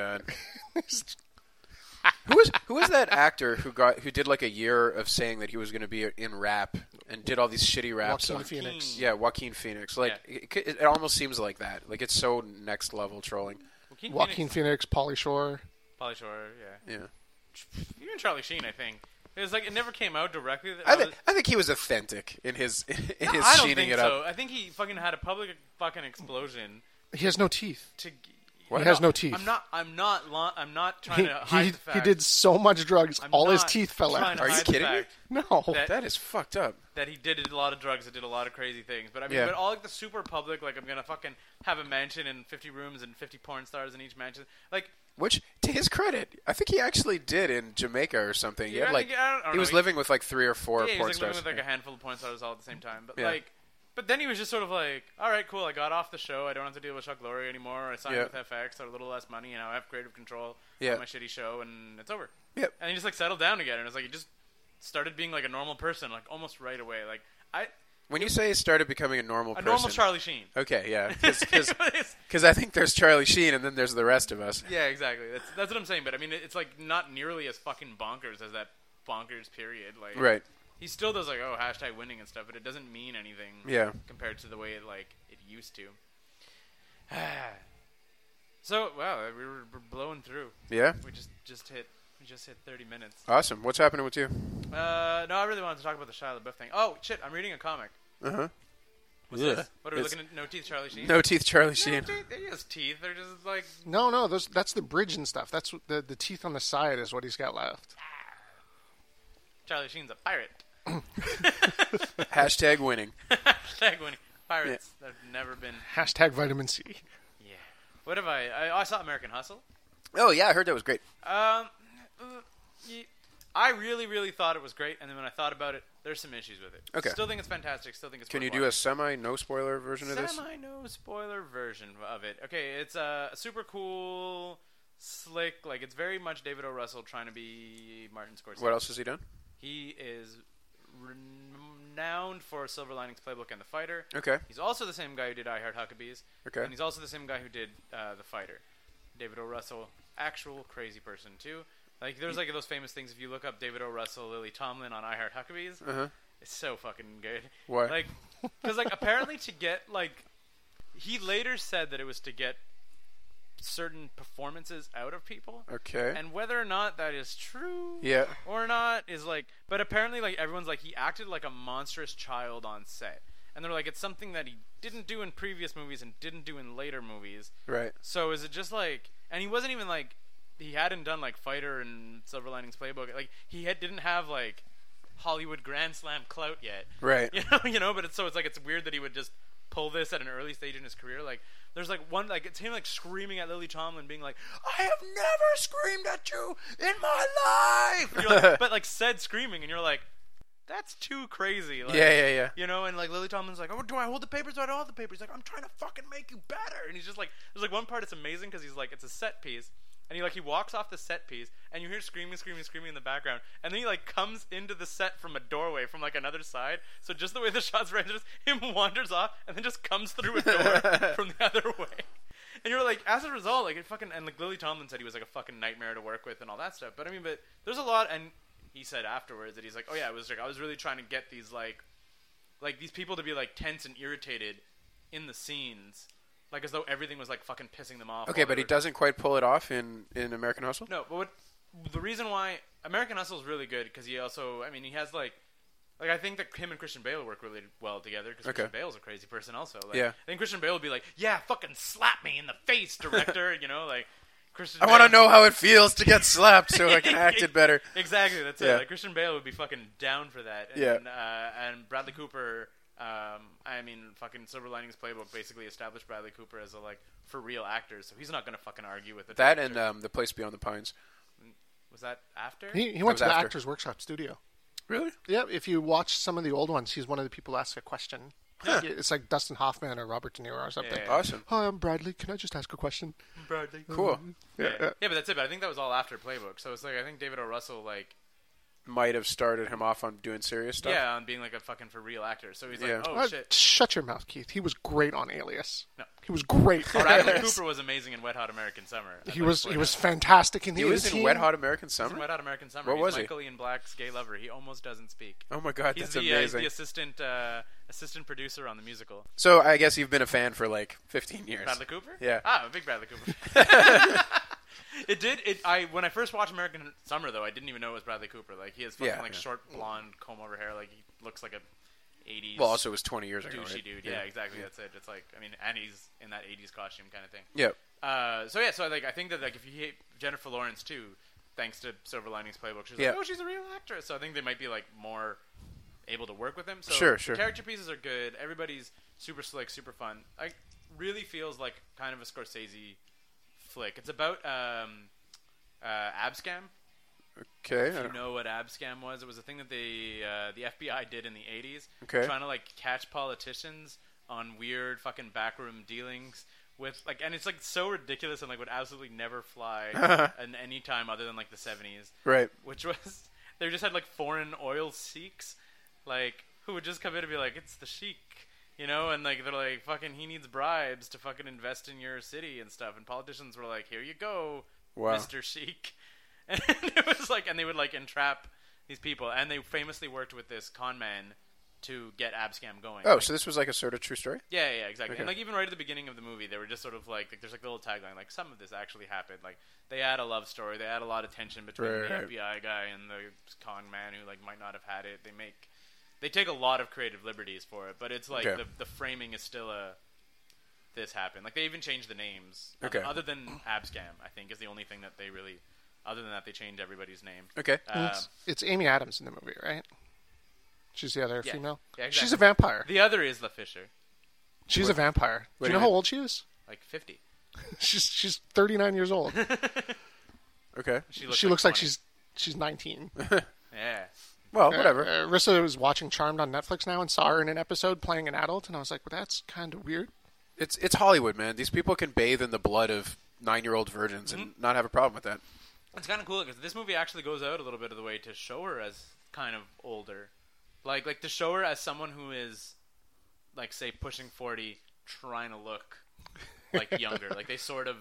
Speaker 3: my god. who was who was [LAUGHS] that actor who got who did like a year of saying that he was going to be in rap and did all these shitty raps?
Speaker 1: Joaquin
Speaker 3: on-
Speaker 1: Phoenix.
Speaker 3: Yeah, Joaquin Phoenix. Like it, it, it almost seems like that. Like it's so next level trolling.
Speaker 2: Joaquin
Speaker 1: Joaquin
Speaker 2: Phoenix-
Speaker 1: Phoenix, Polly Shore.
Speaker 2: Pauly Shore, yeah.
Speaker 3: Yeah.
Speaker 2: Even Charlie Sheen, I think. It was like it never came out directly. that
Speaker 3: I,
Speaker 2: was-
Speaker 3: th- I think he was authentic in his [LAUGHS] in
Speaker 2: Uh, No,
Speaker 3: his
Speaker 2: I don't
Speaker 3: sheening
Speaker 2: think
Speaker 3: it
Speaker 2: so.
Speaker 3: up.
Speaker 2: I think he fucking had a public fucking explosion
Speaker 1: He has no teeth.
Speaker 2: to. g-
Speaker 3: What?
Speaker 1: He has no teeth.
Speaker 2: I'm not. I'm not. Lo- I'm not trying
Speaker 1: He,
Speaker 2: to hide
Speaker 1: he,
Speaker 2: the fact.
Speaker 1: he did so much drugs,
Speaker 2: I'm
Speaker 1: all his
Speaker 2: not
Speaker 1: teeth fell
Speaker 2: trying
Speaker 1: out.
Speaker 2: to
Speaker 3: Are you
Speaker 2: hide the
Speaker 3: kidding me?
Speaker 2: fact
Speaker 1: [LAUGHS] No.
Speaker 2: That-
Speaker 3: That is fucked up.
Speaker 2: That he did a lot of drugs and did a lot of crazy things. But I mean,
Speaker 3: Yeah.
Speaker 2: but all like the super public, like I'm gonna fucking have a mansion and 50 rooms and 50 porn stars in each mansion. Like
Speaker 3: Which, to his credit, I think he actually did in Jamaica or something.
Speaker 2: Yeah,
Speaker 3: Yeah,
Speaker 2: I
Speaker 3: like
Speaker 2: think- I don't- I don't
Speaker 3: he
Speaker 2: know.
Speaker 3: was
Speaker 2: He-
Speaker 3: living with like three or four
Speaker 2: yeah, he
Speaker 3: porn
Speaker 2: was like living
Speaker 3: stars.
Speaker 2: with like a handful of porn stars all at the same time. But
Speaker 3: Yeah.
Speaker 2: like, but then he was just sort of like, all right, cool. I got off the show. I don't have to deal with Chuck Lorre anymore. I signed
Speaker 3: Yeah.
Speaker 2: with FX. I have a little less money, and I have creative control
Speaker 3: Yeah.
Speaker 2: of my shitty show, and it's over.
Speaker 3: Yep.
Speaker 2: And he just like settled down again, and it's like he just started being like a normal person, like almost right away. Like I,
Speaker 3: when you say he started becoming a normal
Speaker 2: a
Speaker 3: person,
Speaker 2: normal Charlie Sheen.
Speaker 3: Okay,
Speaker 2: [LAUGHS]
Speaker 3: yeah,
Speaker 2: It's-
Speaker 3: because I think there's Charlie Sheen and then there's the rest of us.
Speaker 2: yeah, exactly. That's that's what I'm saying. But I mean, it- it's like not nearly as fucking bonkers as that bonkers period. Like
Speaker 3: Right.
Speaker 2: he still does like oh hashtag winning and stuff, but it doesn't mean anything.
Speaker 3: Yeah.
Speaker 2: compared to the way it like it used to. [SIGHS] so wow, we were we're blowing through.
Speaker 3: Yeah.
Speaker 2: We just just hit we just hit 30 minutes.
Speaker 3: Awesome. What's happening with you?
Speaker 2: Uh, no, I really wanted to talk about the Shia LaBeouf thing. Oh shit, I'm reading a comic.
Speaker 3: Uh huh.
Speaker 2: What's
Speaker 3: Yeah.
Speaker 2: this? What are we
Speaker 3: It's-
Speaker 2: looking at? No teeth, Charlie Sheen.
Speaker 3: No teeth, Charlie
Speaker 2: No [LAUGHS]
Speaker 3: Sheen.
Speaker 2: teeth. He has teeth. They're just like
Speaker 1: No, no, those, that's the bridge and stuff. That's what- the, the teeth on the side is what he's got left.
Speaker 2: Charlie Sheen's a pirate.
Speaker 3: [COUGHS]
Speaker 2: [LAUGHS]
Speaker 3: Hashtag winning.
Speaker 2: Hashtag winning. Pirates that have never been.
Speaker 1: Hashtag vitamin C.
Speaker 2: Yeah. What have I? I, I saw American Hustle.
Speaker 3: Oh yeah, I heard that was great.
Speaker 2: Um, uh, ye- I really, really thought it was great, and then when I thought about it, there's some issues with it.
Speaker 3: Okay.
Speaker 2: Still think it's fantastic. Still think it's.
Speaker 3: Can you
Speaker 2: worth
Speaker 3: do a
Speaker 2: watching.
Speaker 3: semi no spoiler version of this?
Speaker 2: semi no spoiler version of it? Okay, it's uh, a super cool, slick. Like it's very much David O. Russell trying to be Martin Scorsese.
Speaker 3: What else has he done?
Speaker 2: He is renowned for Silver Linings Playbook and The Fighter.
Speaker 3: Okay.
Speaker 2: He's also the same guy who did I Heart Huckabees.
Speaker 3: Okay.
Speaker 2: And he's also the same guy who did uh, The Fighter. David O. Russell, actual crazy person too. Like there's like those famous things if you look up David O. Russell, Lily Tomlin on I Heart Huckabees.
Speaker 3: Uh-huh.
Speaker 2: It's so fucking good.
Speaker 3: Why?
Speaker 2: Like, because like apparently to get like, he later said that it was to get certain performances out of people.
Speaker 3: Okay.
Speaker 2: And whether or not that is true
Speaker 3: Yeah.
Speaker 2: or not is like but apparently like everyone's like he acted like a monstrous child on set. And they're like it's something that he didn't do in previous movies and didn't do in later movies.
Speaker 3: Right.
Speaker 2: So is it just like and he wasn't even like he hadn't done like Fighter and Silver Linings Playbook. Like he had didn't have like Hollywood Grand Slam clout yet.
Speaker 3: Right.
Speaker 2: [LAUGHS] You know, you know, but it's so it's like it's weird that he would just pull this at an early stage in his career. Like there's like one like it's him like screaming at Lily Tomlin being like,
Speaker 3: I have never screamed at you in my life.
Speaker 2: you're
Speaker 3: [LAUGHS]
Speaker 2: like, but like said screaming, and you're like, that's too crazy. Like,
Speaker 3: yeah, yeah, yeah.
Speaker 2: [LAUGHS] You know, and like Lily Tomlin's like, oh, do I hold the papers? Or do I don't hold the papers? Like, I'm trying to fucking make you better. And he's just like, there's like one part it's amazing because he's like, it's a set piece, and he like he walks off the set piece, and you hear screaming, screaming, screaming in the background, and then he like comes into the set from a doorway from like another side. So just the way the shots ran, just [LAUGHS] him wanders off, and then just comes through a door from the other way. And you're like, as a result, like it fucking and like Lily Tomlin said, he was like a fucking nightmare to work with and all that stuff. But I mean, but there's a lot, and he said afterwards that he's like, oh yeah, I was like, I was really trying to get these like, like these people to be like tense and irritated in the scenes, Like as though everything was like fucking pissing them off.
Speaker 3: Okay,
Speaker 2: while
Speaker 3: but
Speaker 2: they
Speaker 3: he
Speaker 2: were-
Speaker 3: doesn't quite pull it off in, in American Hustle.
Speaker 2: No, but what, the reason why American Hustle is really good because he also, I mean, he has like, like I think that him and Christian Bale work really well together because
Speaker 3: Okay.
Speaker 2: Christian Bale's a crazy person also. Like,
Speaker 3: Yeah.
Speaker 2: I think Christian Bale would be like, yeah, fucking slap me in the face, director. [LAUGHS] you know, like Christian.
Speaker 3: I want to
Speaker 2: Bale-
Speaker 3: know how it feels to get slapped [LAUGHS] so
Speaker 2: [LAUGHS]
Speaker 3: I can act it better.
Speaker 2: Exactly, that's
Speaker 3: Yeah.
Speaker 2: it. Like Christian Bale would be fucking down for that. And,
Speaker 3: Yeah.
Speaker 2: Uh, and Bradley Cooper, um, I mean, fucking Silver Linings Playbook basically established Bradley Cooper as a like for real actor, so he's not gonna fucking argue with it.
Speaker 3: That and um, The Place Beyond the Pines.
Speaker 2: was that after?
Speaker 1: He, he went
Speaker 3: was
Speaker 1: to the
Speaker 3: after.
Speaker 1: Actors Workshop studio.
Speaker 3: Really?
Speaker 1: Yeah, if you watch some of the old ones, he's one of the people who asks a question. It's like Dustin Hoffman or Robert De Niro or something.
Speaker 2: Yeah.
Speaker 3: Awesome.
Speaker 1: Hi, I'm Bradley. Can I just ask a question? Uh,
Speaker 2: Bradley
Speaker 3: Cool.
Speaker 2: Yeah. yeah, but that's it. But I think that was all after Playbook. So it's like I think David O. Russell, like,
Speaker 3: Might have started him off on doing serious stuff.
Speaker 2: yeah, on being like a fucking for real actor. So he's like,
Speaker 3: Yeah.
Speaker 2: oh
Speaker 1: Uh, [LAUGHS]
Speaker 2: shit.
Speaker 1: shut your mouth, Keith. He was great on Alias.
Speaker 2: No.
Speaker 1: He was great
Speaker 2: [LAUGHS]
Speaker 1: on
Speaker 2: Bradley
Speaker 1: Alias.
Speaker 2: Cooper was amazing in Wet Hot American Summer. I'd
Speaker 1: He
Speaker 2: like
Speaker 1: was
Speaker 2: to
Speaker 1: he
Speaker 2: point
Speaker 1: was
Speaker 2: out.
Speaker 1: fantastic in the
Speaker 3: He was in
Speaker 1: Eighteen.
Speaker 3: Wet Hot American
Speaker 2: He's in
Speaker 3: Summer.
Speaker 2: Wet Hot American Summer.
Speaker 3: What
Speaker 2: he's
Speaker 3: was he?
Speaker 2: Michael Ian Black's gay lover. He almost doesn't speak.
Speaker 3: Oh my god,
Speaker 2: he's
Speaker 3: that's
Speaker 2: the, uh, he's
Speaker 3: amazing.
Speaker 2: the assistant uh, assistant producer on the musical.
Speaker 3: so I guess you've been a fan for like 15 years.
Speaker 2: Bradley Cooper.
Speaker 3: Yeah.
Speaker 2: Ah, I'm a big Bradley
Speaker 3: [LAUGHS]
Speaker 2: Cooper. it did. It. I when I first watched American Summer though, I didn't even know it was Bradley Cooper. Like he has fucking
Speaker 3: Yeah,
Speaker 2: like
Speaker 3: yeah.
Speaker 2: short blonde comb over hair. Like he looks like a 80s.
Speaker 3: Well, also it was 20 years ago.
Speaker 2: douchey
Speaker 3: right?
Speaker 2: dude. Yeah, exactly. That's it. It's like I mean, and he's in that '80s costume kind of thing.
Speaker 3: Yeah.
Speaker 2: Uh, so yeah, so like I think that like if you hate Jennifer Lawrence too, thanks to Silver Linings Playbook, she's
Speaker 3: Yeah.
Speaker 2: like, oh, she's a real actress. So I think they might be like more able to work with them. So
Speaker 3: Sure,
Speaker 2: the
Speaker 3: sure.
Speaker 2: Character pieces are good. Everybody's super slick, super fun. Like really feels like kind of a Scorsese flick. It's about um, uh, abscam.
Speaker 3: Okay. I
Speaker 2: If you
Speaker 3: don't-
Speaker 2: know what abscam was, it was a thing that the uh, the FBI did in the '80s,
Speaker 3: Okay.
Speaker 2: trying to like catch politicians on weird fucking backroom dealings with like, and it's like so ridiculous and like would absolutely never
Speaker 3: [LAUGHS]
Speaker 2: fly in any time other than like the '70s,
Speaker 3: Right.
Speaker 2: which was [LAUGHS] they just had like foreign oil sheiks, like who would just come in and be like, "It's the sheik." You know, and like they're like, fucking, he needs bribes to fucking invest in your city and stuff. And politicians were like, here you go,
Speaker 3: Wow.
Speaker 2: Mr. Sheik. [LAUGHS] And it was like, and they would like entrap these people, and they famously worked with this con man to get Abscam going.
Speaker 3: Oh,
Speaker 2: Like,
Speaker 3: so this was like a sort of true story?
Speaker 2: yeah, yeah, exactly. And
Speaker 3: Okay.
Speaker 2: like even right at the beginning of the movie, they were just sort of like, like there's like the little tagline, like some of this actually happened. Like they add a love story, they add a lot of tension between
Speaker 3: Right,
Speaker 2: the
Speaker 3: right.
Speaker 2: FBI guy and the con man who like might not have had it. They make, they take a lot of creative liberties for it, but it's like
Speaker 3: Okay.
Speaker 2: the the framing is still a. This happened. Like they even changed the names. Um,
Speaker 3: Okay.
Speaker 2: Other than Abscam, I think is the only thing that they really. Other than that, they changed everybody's name.
Speaker 3: Okay.
Speaker 2: Um,
Speaker 1: It's, it's Amy Adams in the movie, right? She's the other
Speaker 2: Yeah.
Speaker 1: female.
Speaker 2: Yeah,
Speaker 1: She's
Speaker 2: exactly.
Speaker 1: a vampire.
Speaker 2: the other is La Fisher,
Speaker 1: She's a vampire. Do
Speaker 3: wait
Speaker 1: you
Speaker 3: a
Speaker 1: know how
Speaker 3: minute.
Speaker 1: old she is?
Speaker 2: like fifty.
Speaker 1: She's she's 39 years old.
Speaker 2: Uh,
Speaker 3: Okay.
Speaker 2: She looks,
Speaker 1: she looks like
Speaker 2: 20.
Speaker 1: she's she's 19.
Speaker 2: yeah.
Speaker 3: Well, Oh, whatever.
Speaker 1: Uh, Rissa was watching Charmed on Netflix now and saw her in an episode playing an adult, and I was like, well, that's kind of weird.
Speaker 3: It's it's Hollywood, man. These people can bathe in the blood of nine-year-old virgins
Speaker 2: Mm-hmm.
Speaker 3: and not have a problem with that.
Speaker 2: It's kind of cool because this movie actually goes out a little bit of the way to show her as kind of older, like like to show her as someone who is, like say pushing forty, trying to look
Speaker 3: [LAUGHS]
Speaker 2: like younger. like they sort of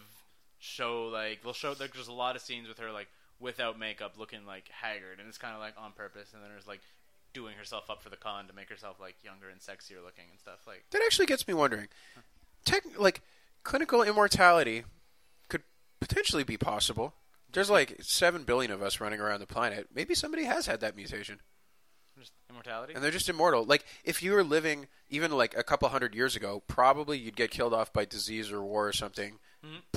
Speaker 2: show like they'll show like there's a lot of scenes with her like without makeup, looking like haggard, and it's kind of like on purpose. And then there's like doing herself up for the con to make herself like younger and sexier looking and stuff. Like
Speaker 3: That actually gets me wondering. Tech, like clinical immortality could potentially be possible. There's like seven billion of us running around the planet. Maybe somebody has had that mutation.
Speaker 2: just immortality.
Speaker 3: and they're just immortal. Like if you were living even like a couple hundred years ago, probably you'd get killed off by disease or war or something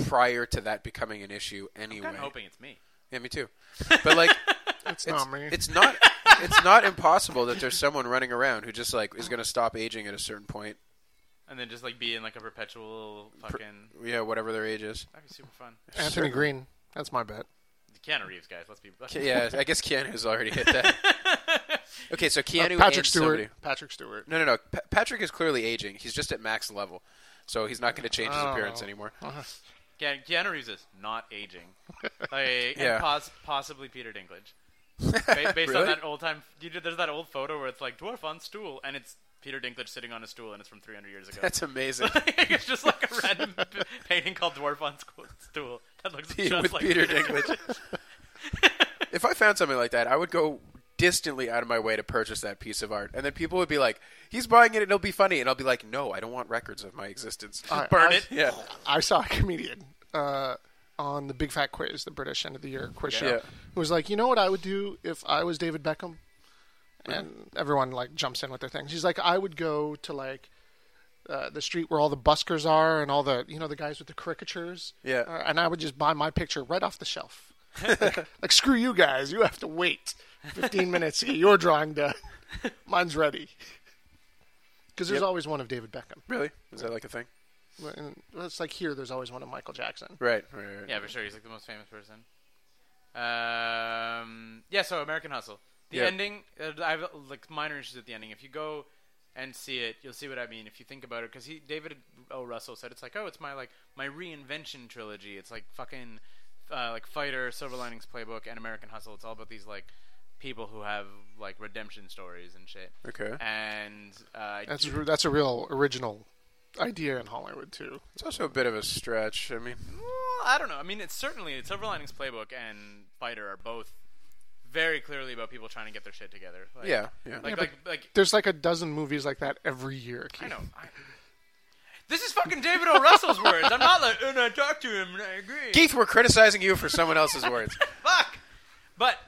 Speaker 3: prior to that becoming an issue
Speaker 2: Mm-hmm.
Speaker 3: anyway.
Speaker 2: I'm kind of hoping it's me.
Speaker 3: Yeah, me too.
Speaker 2: [LAUGHS]
Speaker 3: But like,
Speaker 1: It's,
Speaker 3: it's,
Speaker 1: not me.
Speaker 3: it's not it's not impossible that there's someone running around who just like is going to stop aging at a certain point.
Speaker 2: And then just like be in like a perpetual fucking.
Speaker 3: Yeah, whatever their age is.
Speaker 2: That'd be super fun.
Speaker 1: Anthony Green. That's my bet.
Speaker 2: Keanu Reeves, guys. Let's be. let's be-
Speaker 3: Yeah, I guess Keanu's already
Speaker 2: [LAUGHS]
Speaker 1: [LAUGHS]
Speaker 3: hit that. Okay, so
Speaker 1: Uh,
Speaker 3: Keanu
Speaker 1: Patrick Stewart.
Speaker 3: and somebody-
Speaker 1: Patrick
Speaker 3: [LAUGHS]
Speaker 1: Stewart.
Speaker 3: No, no, no. Pa- Patrick is clearly aging. He's just at max level, so he's not going to change his
Speaker 1: Oh.
Speaker 3: appearance anymore.
Speaker 2: Keanu, Keanu Reeves is not
Speaker 3: [LAUGHS]
Speaker 2: aging. Like,
Speaker 3: Yeah.
Speaker 2: and pos- possibly Peter
Speaker 3: [LAUGHS]
Speaker 2: Dinklage. Ba- based on
Speaker 3: Really?
Speaker 2: that old time, you did, there's that old photo where it's like dwarf on stool, and it's Peter Dinklage sitting on a stool, and it's from 300 years ago.
Speaker 3: That's amazing.
Speaker 2: [LAUGHS] it's just like a random p- painting called dwarf on Sco- stool
Speaker 3: [LAUGHS]
Speaker 2: that looks just
Speaker 3: with
Speaker 2: like [LAUGHS]
Speaker 3: [LAUGHS] Peter Dinklage. if I found something like that, I would go distantly out of my way to purchase that piece of art. And then people would be like, he's buying it and it'll be funny. And I'll be like, no, I don't want records of my existence.
Speaker 1: I-
Speaker 3: Burn
Speaker 1: I-
Speaker 3: it. Yeah.
Speaker 1: I saw a comedian uh, on the Big Fat Quiz, the British end of the year quiz show,
Speaker 3: Yeah.
Speaker 1: who was like, "You know what I would do if I was David Beckham?" And everyone like jumps in with their things. He's like, "I would go to like." Uh, the street where all the buskers are and all the you know the guys with the caricatures
Speaker 3: Yeah.
Speaker 1: Uh, and i would just buy my picture right off the
Speaker 3: [LAUGHS]
Speaker 1: shelf [LAUGHS] like, like, screw you guys you have to wait 15 minutes to get your drawing
Speaker 3: [LAUGHS]
Speaker 1: done mine's ready because there's always one of david beckham
Speaker 3: Really? Is that like a thing?
Speaker 1: well, and it's like here, there's always one of Michael Jackson.
Speaker 3: Right. right, right, right.
Speaker 2: Yeah, for sure. He's like the most famous person. Um, yeah. So American Hustle. The
Speaker 3: Yeah.
Speaker 2: ending. Uh, I have like minor issues at the ending. If you go and see it, you'll see what I mean. If you think about it, because he David O. Russell said it's like, oh, it's my like my reinvention trilogy. It's like fucking uh, like Fighter, Silver Linings Playbook, and American Hustle. It's all about these like people who have like redemption stories and shit.
Speaker 3: Okay.
Speaker 2: And uh, I
Speaker 1: That's
Speaker 2: do-
Speaker 1: r- that's a real original idea in Hollywood too.
Speaker 3: It's also a bit of a stretch. I mean,
Speaker 2: Well, I don't know. I mean, it's certainly Silver Linings Playbook and Fighter are both very clearly about people trying to get their shit together. Like,
Speaker 3: yeah. Yeah.
Speaker 2: Like,
Speaker 1: Yeah,
Speaker 2: like,
Speaker 1: but-
Speaker 2: like,
Speaker 1: There's like a dozen movies like that every year.
Speaker 2: I
Speaker 1: Keith.
Speaker 2: know. I, this is fucking David O. Russell's words. I'm not like, "Oh, and I talked to him and I agree.
Speaker 3: Keith, we're criticizing you for someone else's
Speaker 2: [LAUGHS]
Speaker 3: words.
Speaker 2: Fuck. But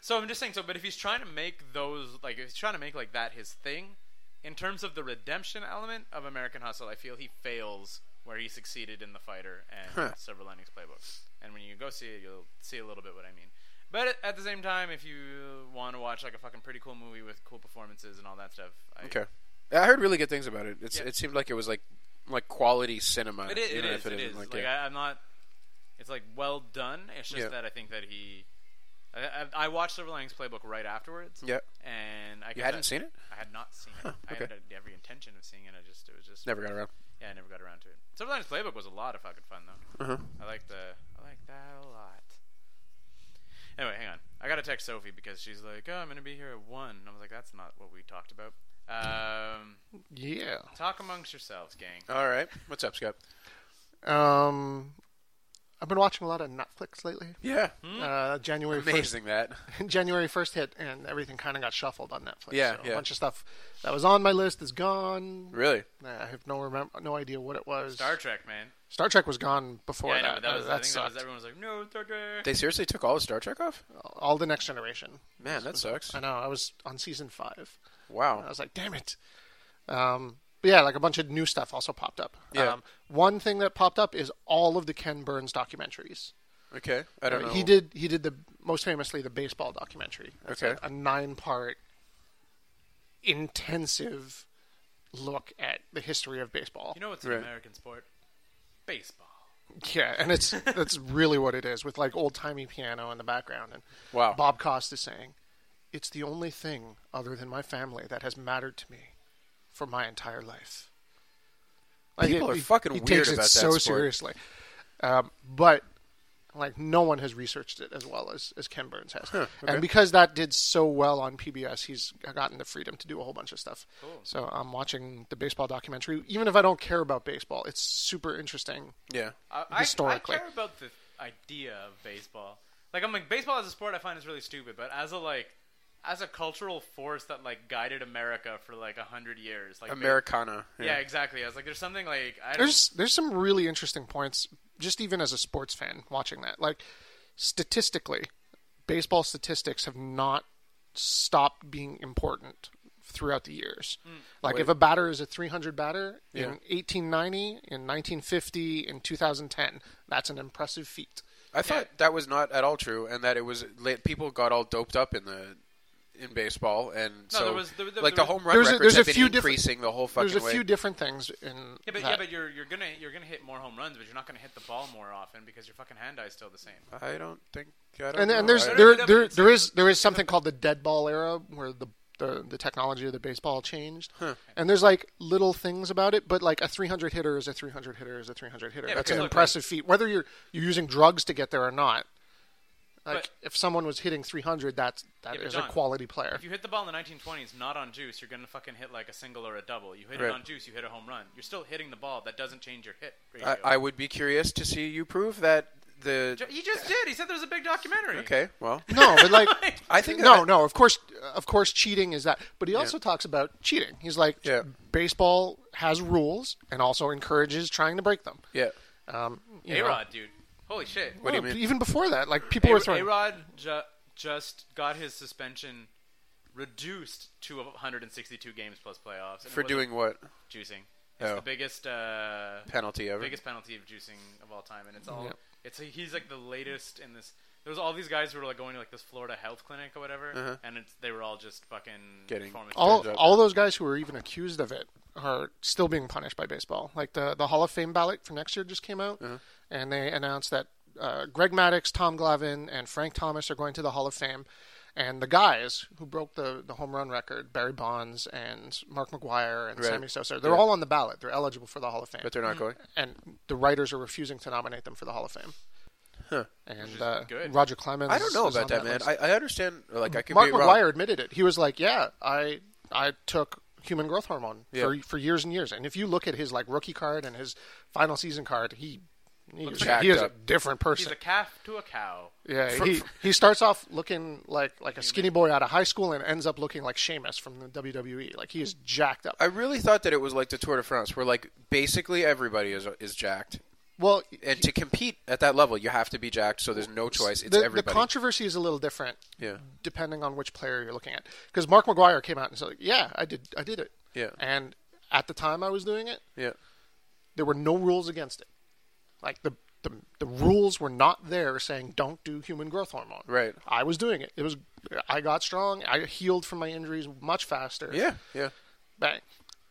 Speaker 2: so I'm just saying. So, but if he's trying to make those like, if he's trying to make like that his thing, in terms of the redemption element of American Hustle, I feel he fails where he succeeded in The Fighter and
Speaker 3: Huh.
Speaker 2: Silver Linings Playbook. And when you go see it, you'll see a little bit what I mean. But at- at the same time, if you want to watch like a fucking pretty cool movie with cool performances and all that stuff, I,
Speaker 3: Okay. I heard really good things about it. It's,
Speaker 2: Yeah.
Speaker 3: It seemed like it was like like quality cinema.
Speaker 2: It is. It
Speaker 3: even
Speaker 2: is.
Speaker 3: if
Speaker 2: It
Speaker 3: isn't,
Speaker 2: is. Like,
Speaker 3: yeah.
Speaker 2: I, I'm not. It's like well done. It's just
Speaker 3: Yeah.
Speaker 2: that I think that he. I, I, I watched Silver Linings Playbook right afterwards.
Speaker 3: Yeah.
Speaker 2: And I
Speaker 3: You hadn't seen it?
Speaker 2: I had not seen it. I
Speaker 3: okay.
Speaker 2: had every intention of seeing it. I just it was just
Speaker 3: Never got around.
Speaker 2: Yeah, I never got around to it. Silver Linings Playbook was a lot of fucking fun though.
Speaker 3: Uh-huh.
Speaker 2: I like the I like that a lot. Anyway, hang on. I gotta text Sophie because she's like, "Oh, I'm gonna be here at one." And I was like, "That's not what we talked about." Um,
Speaker 1: Yeah.
Speaker 2: talk amongst yourselves, gang.
Speaker 3: All right. What's up, Scott?
Speaker 1: Um, I've been watching a lot of Netflix lately.
Speaker 3: Yeah.
Speaker 2: Mm.
Speaker 1: Uh, January first,
Speaker 2: [LAUGHS]
Speaker 3: Amazing that.
Speaker 1: [LAUGHS] January first hit, and everything kind of got shuffled on Netflix.
Speaker 3: Yeah,
Speaker 1: so
Speaker 3: yeah.
Speaker 1: A bunch of stuff that was on my list is gone.
Speaker 3: Really?
Speaker 1: I have no remem- no idea what it was.
Speaker 2: Star Trek, man.
Speaker 1: Star Trek was gone before
Speaker 2: Yeah, I know,
Speaker 1: that.
Speaker 2: but that was
Speaker 1: Uh,
Speaker 2: I think that
Speaker 1: sucked.
Speaker 2: was everyone was like, "No, Star Trek."
Speaker 3: They seriously took all of Star Trek off?
Speaker 1: All the Next Generation.
Speaker 3: Man, that sucks.
Speaker 1: I know. I was on season five. I
Speaker 3: Wow.
Speaker 1: was like, damn it. Um, but yeah, like a bunch of new stuff also popped up.
Speaker 3: Yeah.
Speaker 1: Um, one thing that popped up is all of the Ken Burns documentaries.
Speaker 3: Okay. I don't know.
Speaker 1: Uh, He did he did the most famously the baseball documentary. That's
Speaker 3: Okay.
Speaker 1: a, a nine part intensive look at the history of baseball.
Speaker 2: You know what's
Speaker 3: Right.
Speaker 2: an American sport? Baseball.
Speaker 1: yeah, and it's that's really what it is with like old timey piano in the background and
Speaker 3: Wow.
Speaker 1: Bob Cost is saying, It's the only thing other than my family that has mattered to me for my entire life. Like,
Speaker 3: People
Speaker 1: it-
Speaker 3: are
Speaker 1: he-
Speaker 3: fucking
Speaker 1: he
Speaker 3: weird
Speaker 1: takes it
Speaker 3: about that
Speaker 1: so
Speaker 3: sport.
Speaker 1: seriously. Um, but like no one has researched it as well as, as Ken Burns has.
Speaker 3: okay.
Speaker 1: And because that did so well on PBS, he's gotten the freedom to do a whole bunch of stuff. So I'm watching the baseball documentary. Even if I don't care about baseball, it's super interesting.
Speaker 3: Yeah.
Speaker 2: I, I, I
Speaker 1: Historically.
Speaker 2: care about the idea of baseball. Like I'm like baseball as a sport, I find is really stupid, but as a like as a cultural force that like guided America for like a hundred years, like ba-
Speaker 3: Americana.
Speaker 2: yeah, exactly. I was like, there's something like I don't.
Speaker 1: there's there's some really interesting points just even as a sports fan watching that like statistically baseball statistics have not stopped being important throughout the years like if a batter is a 300 batter in
Speaker 3: Hmm. Yeah.
Speaker 1: 1890 in 1950 in 2010 that's an impressive feat
Speaker 3: I thought that was not at all true, and that it was that people got all doped up in the in baseball, and
Speaker 2: No,
Speaker 3: so
Speaker 2: there was- there- there-
Speaker 3: like
Speaker 2: there
Speaker 3: the
Speaker 2: was-
Speaker 3: home run
Speaker 1: There's a-
Speaker 3: records
Speaker 1: there's a
Speaker 3: have been
Speaker 1: few different-
Speaker 3: increasing the whole fucking
Speaker 1: there's a
Speaker 3: way.
Speaker 1: few different things in
Speaker 2: yeah, but yeah,
Speaker 1: that.
Speaker 2: but you're you're gonna you're gonna hit more home runs, but you're not gonna hit the ball more often because your fucking hand eye is still the same.
Speaker 3: I don't think. I don't
Speaker 1: and,
Speaker 3: know.
Speaker 1: and there's
Speaker 3: I don't-
Speaker 1: there
Speaker 2: no, but
Speaker 1: there,
Speaker 2: it's-
Speaker 1: there is there is something called the dead ball era where the the, the technology of the baseball changed, and there's like little things about it, but like a 300 hitter is a 300 hitter is a 300 hitter.
Speaker 2: Yeah,
Speaker 1: That's
Speaker 2: because
Speaker 1: an
Speaker 2: look,
Speaker 1: impressive feat, whether you're you're using drugs to get there or not. Like
Speaker 2: But-
Speaker 1: if someone was hitting 300, that's that
Speaker 2: Yeah,
Speaker 1: is
Speaker 2: but
Speaker 1: a
Speaker 2: John,
Speaker 1: quality player.
Speaker 2: If you hit the ball in the 1920s, not on juice, you're gonna fucking hit like a single or a double. You hit
Speaker 3: Right.
Speaker 2: it on juice, you hit a home run. You're still hitting the ball. That doesn't change your hit ratio.
Speaker 3: I, I would be curious to see you prove that the
Speaker 2: He just did. He said there was a big documentary.
Speaker 3: okay. Well,
Speaker 1: [LAUGHS] No,
Speaker 2: [LAUGHS]
Speaker 1: but like
Speaker 3: I think
Speaker 1: no,
Speaker 3: I-
Speaker 1: no. Of course, of course, cheating is that. But he also talks about cheating. He's like,
Speaker 3: Yeah.
Speaker 1: baseball has rules and also encourages trying to break them.
Speaker 3: Yeah.
Speaker 1: Um, you
Speaker 2: A
Speaker 1: know.
Speaker 2: Rod, dude. Holy shit.
Speaker 3: What do you
Speaker 1: No,
Speaker 3: mean?
Speaker 1: Even before that, like people were
Speaker 2: A
Speaker 1: throwing.
Speaker 2: Rod ju- just got his suspension reduced to 162 games plus playoffs and it
Speaker 3: For
Speaker 2: wasn't
Speaker 3: doing what
Speaker 2: juicing. It's
Speaker 3: Oh.
Speaker 2: the biggest uh,
Speaker 3: penalty ever?
Speaker 2: biggest penalty of juicing of all time, and it's all
Speaker 1: Yep.
Speaker 2: it's he's like the latest in this. There was all these guys who were like going to like this Florida health clinic or whatever,
Speaker 3: Uh-huh.
Speaker 2: and it's, they were all just fucking
Speaker 3: Getting-
Speaker 2: performance-
Speaker 1: all
Speaker 3: Turns out-
Speaker 1: all those guys who were even accused of it are still being punished by baseball. Like the the Hall of Fame ballot for next year just came out,
Speaker 3: Uh-huh.
Speaker 1: and they announced that uh, Greg Maddox, Tom Glavine, and Frank Thomas are going to the Hall of Fame. And the guys who broke the, the home run record, Barry Bonds and Mark McGuire and
Speaker 3: Right.
Speaker 1: Sammy Sosa, they're
Speaker 3: Yeah.
Speaker 1: all on the ballot. They're eligible for the Hall of Fame.
Speaker 3: but they're
Speaker 2: Mm-hmm.
Speaker 3: not going.
Speaker 1: and the writers are refusing to nominate them for the Hall of Fame.
Speaker 3: Huh.
Speaker 1: And uh,
Speaker 2: good.
Speaker 1: Roger Clemens.
Speaker 3: I don't know
Speaker 1: is on
Speaker 3: about that, man.
Speaker 1: list.
Speaker 3: I, I understand. Like I could
Speaker 1: Mark
Speaker 3: be wrong.
Speaker 1: McGuire admitted it. He was like, "Yeah, I I took human growth hormone for for years and years." And if you look at his like rookie card and his final season card, he he, was-
Speaker 3: jacked
Speaker 1: he is a
Speaker 3: up.
Speaker 1: different
Speaker 2: He's
Speaker 1: person.
Speaker 2: a calf to a cow.
Speaker 1: yeah, he he starts off looking like like a skinny boy out of high school and ends up looking like Sheamus from the WWE. Like he is jacked up.
Speaker 3: I really thought that it was like the Tour de France, where like basically everybody is is jacked,
Speaker 1: well,
Speaker 3: and to compete at that level, you have to be jacked. So there's no choice. It's
Speaker 1: the, the
Speaker 3: everybody.
Speaker 1: controversy is a little different
Speaker 3: yeah.
Speaker 1: depending on which player you're looking at. Because Mark McGuire came out and said, like, "Yeah, I did I did it."
Speaker 3: Yeah.
Speaker 1: and at the time I was doing it.
Speaker 3: Yeah.
Speaker 1: there were no rules against it. Like the the, the rules were not there saying don't do human growth hormone.
Speaker 3: Right.
Speaker 1: I was doing it. It was I got strong. I healed from my injuries much faster.
Speaker 3: Yeah. Yeah.
Speaker 1: Bang.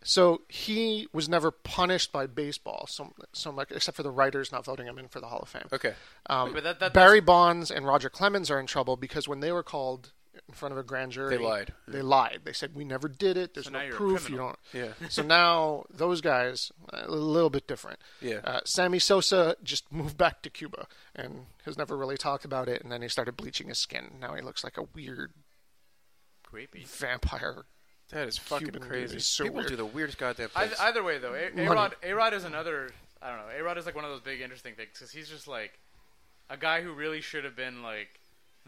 Speaker 1: So he was never punished by baseball so so much except for the writers not voting him in for the Hall of Fame.
Speaker 3: Okay.
Speaker 1: Um,
Speaker 2: But that- that-
Speaker 1: Barry Bonds and Roger Clemens are in trouble because when they were called in front of a grand jury,
Speaker 3: They lied.
Speaker 1: They lied. They said we never did it. There's
Speaker 2: So now
Speaker 1: no
Speaker 2: you're a
Speaker 1: proof. You
Speaker 2: criminal.
Speaker 1: don't.
Speaker 3: Yeah.
Speaker 1: So now those guys a little bit different.
Speaker 3: Yeah.
Speaker 1: Uh, Sammy Sosa just moved back to Cuba and has never really talked about it. And then he started bleaching his skin. Now he looks like a weird
Speaker 2: Creepy.
Speaker 1: vampire.
Speaker 3: That is fucking
Speaker 1: Cuban dude
Speaker 3: crazy.
Speaker 1: is so
Speaker 3: People
Speaker 1: weird.
Speaker 3: do the weirdest goddamn
Speaker 2: Either,
Speaker 3: things.
Speaker 2: either way, though, A
Speaker 1: Money.
Speaker 2: Rod A Rod is another. I don't know. A Rod is like one of those big interesting things because he's just like a guy who really should have been like